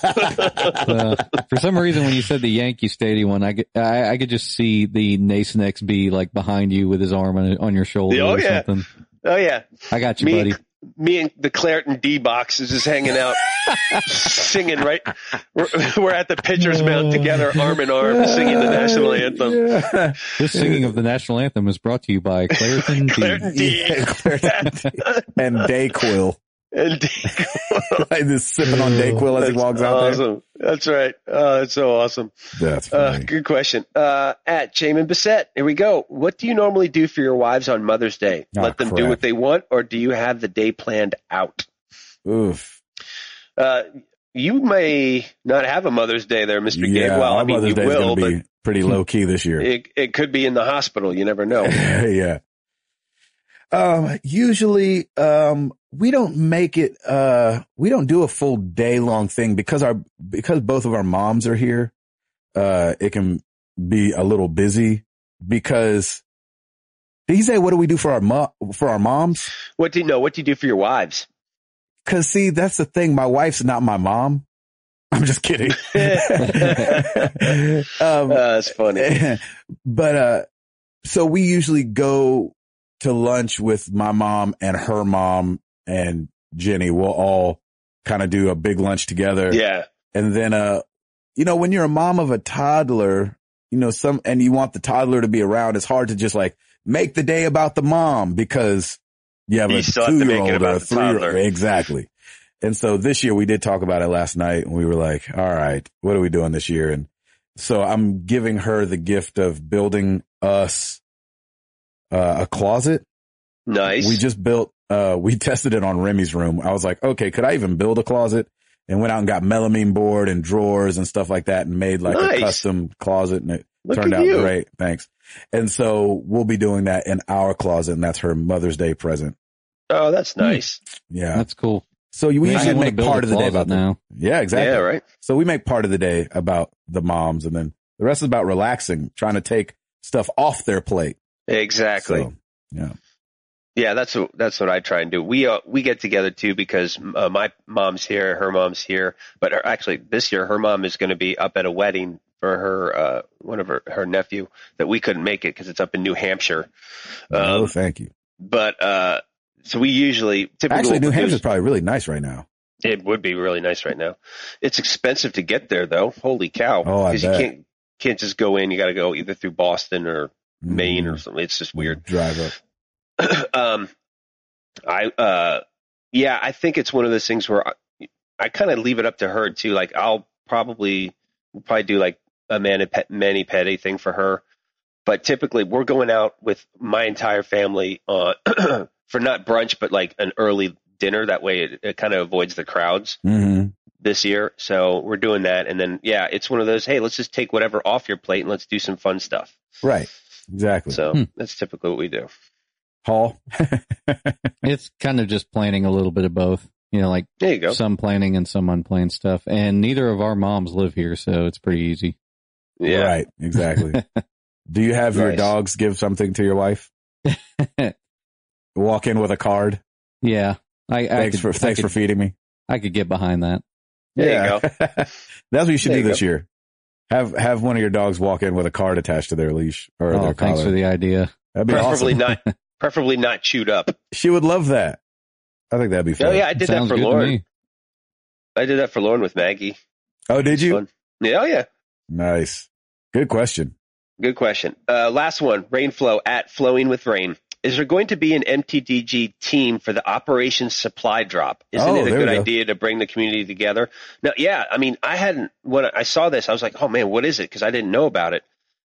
C: Uh, for some reason, when you said the Yankee Stadium one, I, could- I, I could just see the Nason XB like behind you with his arm on, on your shoulder
B: Oh,
C: or
B: yeah.
C: something.
B: Oh yeah,
C: I got you,
B: me,
C: buddy.
B: and- me and the Clareton D box is just hanging
A: [laughs]
B: out, singing. Right, we're, we're at the pitcher's mound together, arm in arm, singing the national anthem.
A: [laughs] Yeah.
C: This singing of the national anthem is brought to you by
A: [laughs]
C: Clareton. D.
B: Clareton D
A: Yeah, Claritin and Dayquil. [laughs]
B: and [laughs] D.
A: like just sipping on Dayquil as he
B: That's
A: walks out
B: awesome. That's right. Oh, that's so awesome.
A: there. That's
B: Uh,
A: funny.
B: good question. Uh, at Jamin Bissett, here we go. What do you normally do for your wives on Mother's Day?
A: Ah,
B: Let them do
A: crap.
B: what they want, or do you have the day planned out?
A: Oof.
B: Uh, you may not have a Mother's Day there, Mr. Gabe. Well,
A: our
B: I mean,
A: Mother's
B: you
A: Day's
B: will,
A: gonna
B: but
A: be pretty low key this year.
B: it, it could be in the hospital. You never know.
A: [laughs] yeah. Um, usually, um, we don't make it, uh, we don't do a full day long thing because our, because both of our moms are here, uh, it can be a little busy because did he say, what do we do for our mom, for our moms?
B: What do you know? What do you do for your wives?
A: Cause see, that's the thing. My wife's not my mom. [laughs] I'm just kidding. [laughs]
B: Uh,
A: um, [laughs]
B: that's funny.
A: but, uh, so we usually go to lunch with my mom and her mom and Jenny. We'll all kind of do a big lunch together.
B: Yeah.
A: And then, uh, you know, when you're a mom of a toddler, you know, some, and you want the toddler to be around, it's hard to just like make the day about the mom because you have
B: You
A: a
B: still have to
A: two
B: make it
A: year old or
B: about
A: a
B: the
A: three year old.
B: toddler.
A: Exactly. And so this year we did talk about it last night and we were like, all right, what are we doing this year? And so I'm giving her the gift of building us uh, a closet
B: Nice.
A: we just built, uh, we [laughs] tested it on Remy's room. I was like, okay, could I even build a closet? And went out and got melamine board and drawers and stuff like that and made like
B: Nice.
A: a custom closet and it
B: Look
A: turned
B: at
A: out
B: you.
A: great. Thanks. And so we'll be doing that in our closet and that's her Mother's Day present.
B: Oh, that's
A: Hmm,
B: nice.
A: Yeah.
C: That's cool.
A: So you
C: Man, I
A: usually
C: wanna
A: make
C: build
A: part
C: a
A: of the day
C: closet
A: about them.
C: now.
A: Yeah, exactly.
B: Yeah. Right.
A: So we make part of the day about the moms and then the rest is about relaxing, trying to take stuff off their plate.
B: Exactly. Um,
A: So,
B: Yeah, that's what that's what I try and do. We uh, we get together too because uh, my mom's here, her mom's here, but her, actually this year her mom is going to be up at a wedding or her uh, one of her her nephew that we couldn't make it because it's up in New Hampshire.
A: no,
B: Um,
A: Oh, thank you.
B: but uh, so we usually typically
A: Actually,
B: what
A: New
B: we do is-
A: Hampshire's probably really nice right now.
B: It would be really nice right now. It's expensive to get there though. Holy cow!
A: Oh, I
B: you
A: bet.
B: can't can't just go in. You got to go either through Boston or Maine or
A: Mm,
B: something. It's just weird.
A: Drive up.
B: um, I uh, yeah, I think it's one of those things where I, I kind of leave it up to her too. Like I'll probably we'll probably do like a mani pet mani petty thing for her, but typically we're going out with my entire family uh, [clears throat] for not brunch but like an early dinner. That way it, it kind of avoids the crowds
A: hmm
B: this year. So we're doing that. And then, yeah, it's one of those, hey, let's just take whatever off your plate and let's do some fun stuff.
A: Right. Exactly.
B: So
C: Hmm.
B: that's typically what we do.
A: Hall.
C: It's kind of just planning a little bit of both. You know, like
B: There you go.
C: some planning and some unplanned stuff. And neither of our moms live here, so it's pretty easy.
B: yeah.
A: Right.
B: [laughs]
A: Exactly. Do you have your
B: Nice.
A: dogs give something to your wife? Walk in with a
B: [laughs]
A: card.
C: Yeah. I, I
A: Thanks
C: could,
A: for
C: I
A: thanks for
C: could,
A: feeding me.
C: I could get behind that.
B: There you go.
A: [laughs] That's what you should
B: There
A: do
B: you
A: this year. Have have one of your dogs walk in with a card attached to their leash or their
C: Oh, thanks
A: collar.
C: for the idea.
A: that'd be
B: Preferably
A: awesome.
B: not,
A: [laughs]
B: preferably not chewed up.
A: She would love that. I think that'd be fun.
B: Oh yeah. I did that
C: Sounds
B: for
C: good to
B: Lauren.
C: me.
B: I did that for Lauren with Maggie.
A: Oh, did you?
B: Fun. Yeah. Oh yeah.
A: Nice. Good question.
B: Good question. Uh, last one. Rainflow at flowing with rain. Is there going to be an MTDG team for the Operation Supply Drop? Isn't
A: Oh,
B: it a
A: there
B: good
A: we go.
B: idea to bring the community together? No, yeah. I mean, I hadn't when I saw this, I was like, oh man, what is it? Because I didn't know about it,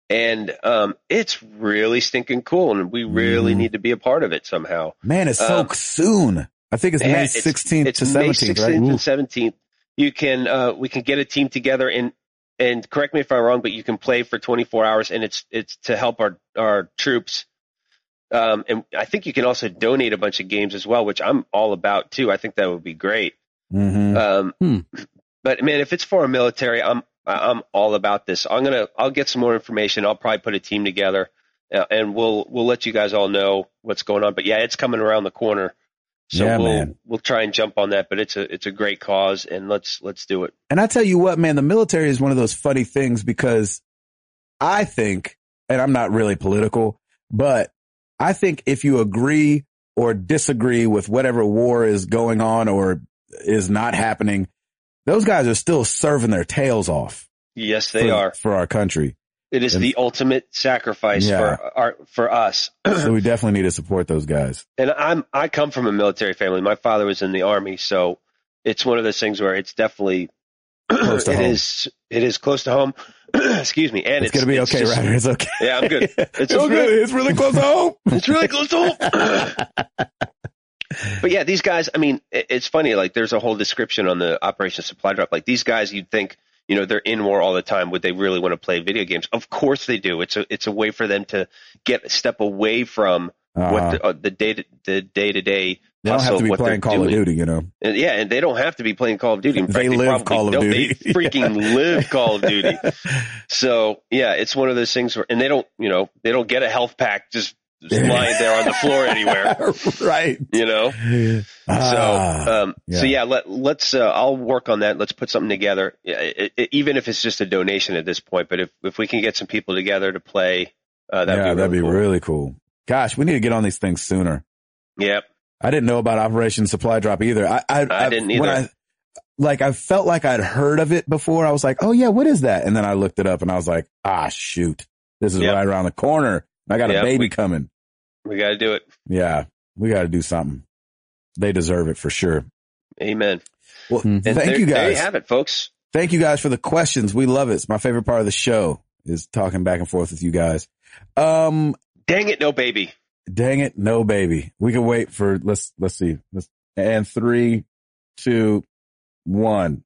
B: and um, it's really stinking cool, and we really
A: Mhm.
B: need to be a part of it somehow.
A: Man, it's so
B: Um,
A: soon. I think it's
B: Yeah,
A: May
B: it's-
A: sixteenth
B: it's
A: to
B: May
A: seventeenth,
B: 16th
A: right?
B: and 17th. You can uh, we can get a team together and and correct me if I'm wrong, but you can play for 24 hours and it's it's to help our our troops. Um, and I think you can also donate a bunch of games as well, which I'm all about too. I think that would be great.
A: Mm-hmm.
B: Um,
C: Hmm.
B: But man, if it's for our military, I'm I- I'm all about this. I'm gonna I'll get some more information. I'll probably put a team together, uh, and we'll we'll let you guys all know what's going on. But yeah, it's coming around the corner, so
A: Yeah,
B: we'll
A: man.
B: we'll try and jump on that. But it's a it's a great cause, and let's let's do it.
A: And I tell you what, man, the military is one of those funny things because I think, and I'm not really political, but I think if you agree or disagree with whatever war is going on or is not happening, those guys are still serving their tails off.
B: Yes, they
A: for,
B: are.
A: for our country.
B: It is
A: And-
B: the ultimate sacrifice
A: Yeah.
B: for our for us.
A: So
B: [clears throat]
A: we definitely need to support those guys.
B: and I'm I come from a military family. My father was in the army, so it's one of those things where it's definitely [clears throat]
A: Close
B: it
A: to home.
B: is- it is close to home. [clears throat] Excuse me, and
A: it's,
B: it's,
A: gonna be okay,
B: just-
A: Ryder. It's okay.
B: [laughs] Yeah,
A: [laughs]
B: I'm good.
A: It's,
B: It's
A: okay. It's really
B: [laughs]
A: close to home.
B: It's really close to home.
A: [laughs]
B: but yeah, these guys. I mean, it, it's funny. Like, there's a whole description on the Operation Supply Drop. Like, these guys, you'd think, you know, they're in war all the time. Would they really want to play video games? Of course they do. It's a it's a way for them to get step away from what
A: Uh-huh.
B: the, uh, the day to, the day to day.
A: they don't have
B: hustle
A: to be
B: what
A: playing
B: they're
A: Call of
B: doing.
A: Duty, you know.
B: And yeah, and they don't have to be playing Call of Duty. In
A: They
B: fact,
A: live
B: probably
A: Call of
B: don't.
A: Duty. [laughs]
B: They freaking live Call of Duty. So yeah, it's one of those things where, and they don't, you know, they don't get a health pack just lying there on the floor
A: [laughs]
B: anywhere,
A: right.
B: you know. [laughs]
A: Ah,
B: so, um, so
A: yeah.
B: yeah, let, let's. Uh, I'll work on that. Let's put something together, Yeah, it, it, even if it's just a donation at this point. But if if we can get some people together to play, uh, that'd
A: yeah,
B: be
A: that'd be
B: really cool.
A: really cool. Gosh, we need to get on these things sooner.
B: Yep.
A: I didn't know about Operation Supply Drop either. I, I,
B: I didn't
A: When
B: either.
A: I, like I felt like I'd heard of it before. I was like, oh yeah, what is that? And then I looked it up and I was like, ah, shoot, this is
B: Yep.
A: right around the corner. I got
B: Yep,
A: a baby
B: we-
A: coming.
B: We got to do it.
A: Yeah, we got to do something. They deserve it for sure.
B: Amen.
A: Well,
B: And
C: Mhm.
A: thank
B: there-
A: you
B: There you
A: guys.
B: have it, folks.
A: Thank you guys for the questions. We love it. It's my favorite part of the show is talking back and forth with you guys. Um,
B: Dang it, no baby.
A: Dang it, no baby. We can wait for let's let's see. Let's, and three, two, one.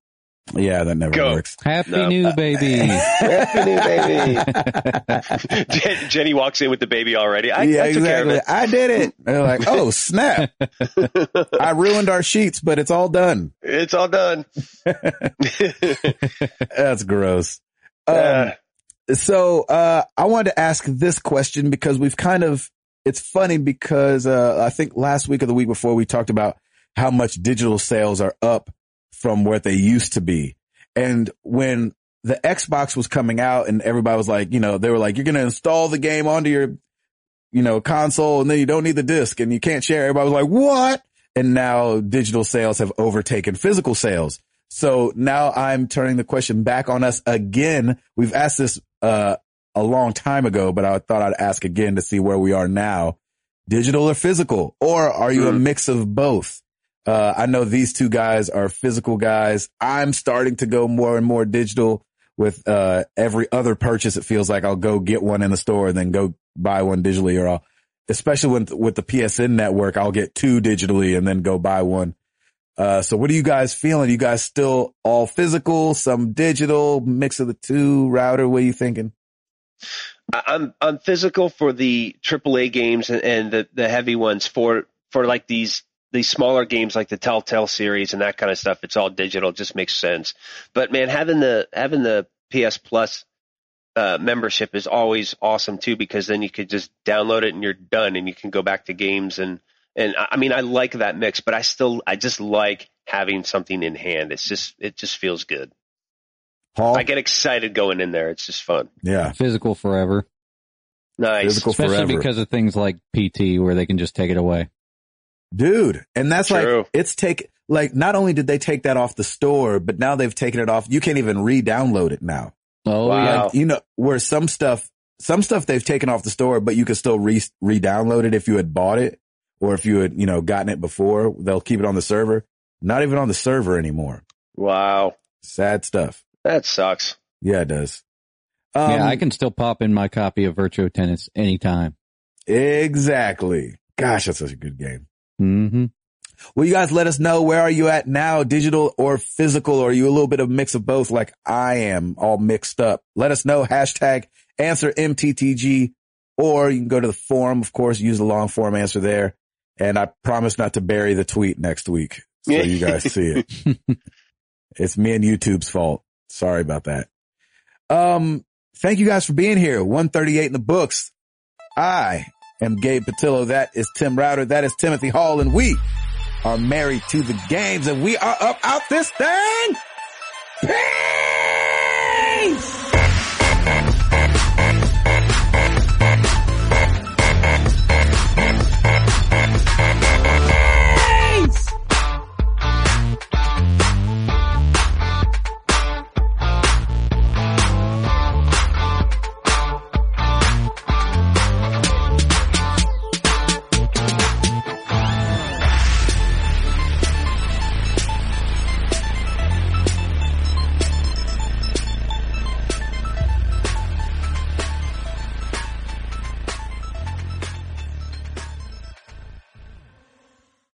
A: Yeah, that never
B: Go.
A: works.
C: Happy
B: No.
A: uh,
C: new
A: [laughs]
C: baby.
B: Happy new [laughs] baby.
C: yeah,
B: [laughs] Jen, Jenny walks in with the baby already. I,
A: yeah,
B: I took
A: exactly.
B: care
A: I did
B: [laughs]
A: it. They're like, oh snap!
B: of it.
A: I ruined our sheets, but it's all done.
B: [laughs] it's all done.
A: That's gross. [laughs] Um,
B: Uh,
A: so uh, I wanted to ask this question because we've kind of it's funny because uh, I think last week or the week before we talked about how much digital sales are up from what they used to be, and when the Xbox was coming out and everybody was like, you know, they were like, you're going to install the game onto your, you know, console and then you don't need the disc and you can't share. Everybody was like, what? And now digital sales have overtaken physical sales. So now I'm turning the question back on us again. We've asked this, uh, a long time ago, but I thought I'd ask again to see where we are now. Digital or physical? Or are you a
B: Mm.
A: mix of both? Uh, I know these two guys are physical guys. I'm starting to go more and more digital with, uh, every other purchase. It feels like I'll go get one in the store and then go buy one digitally or I'll, especially with, with the PSN network, I'll get two digitally and then go buy one. Uh, so what are you guys feeling? You guys still all physical, some digital mix of the two router? What are you thinking?
B: I- I'm I'm physical for the AAA games and, and the, the heavy ones for for like these these smaller games like the Telltale series and that kind of stuff. It's all digital, it just makes sense. But man, having the having the PS Plus uh, membership is always awesome too because then you could just download it and you're done and you can go back to games and and I I mean I like that mix, but I still I just like having something in hand. It's just it just feels good.
A: Paul?
B: I get excited going in there. It's just fun.
A: yeah.
C: Physical forever.
B: Nice.
A: Physical
C: Especially
A: forever.
C: because of things like PT where they can just take it away.
A: Dude. And that's
B: True.
A: like, it's take, like, not only did they take that off the store, but now they've taken it off. You can't even re-download it now.
C: Oh,
B: Wow.
C: yeah.
A: Like, you know, where some stuff, some stuff they've taken off the store, but you can still re, re-download it if you had bought it or if you had, you know, gotten it before. They'll keep it on the server. Not even on the server anymore.
B: Wow.
A: Sad stuff.
B: That sucks.
A: Yeah, it does. Um,
C: yeah, I can still pop in my copy of Virtua Tennis anytime.
A: exactly. Gosh, that's such a good game.
C: hmm
A: Will you guys let us know where are you at now, digital or physical? Or are you a little bit of a mix of both like I am all mixed up? Let us know. Hashtag answer MTTG or you can go to the forum. Of course, use the long form answer there. And I promise not to bury the tweet next week. So you guys see it. [laughs] It's me and YouTube's fault. Sorry about that. Um, thank you guys for being here. 138 in the books. I am Gabe Patillo. That is Tim Router. That is Timothy Hall and we are married to the games and we are up out this thing. Peace!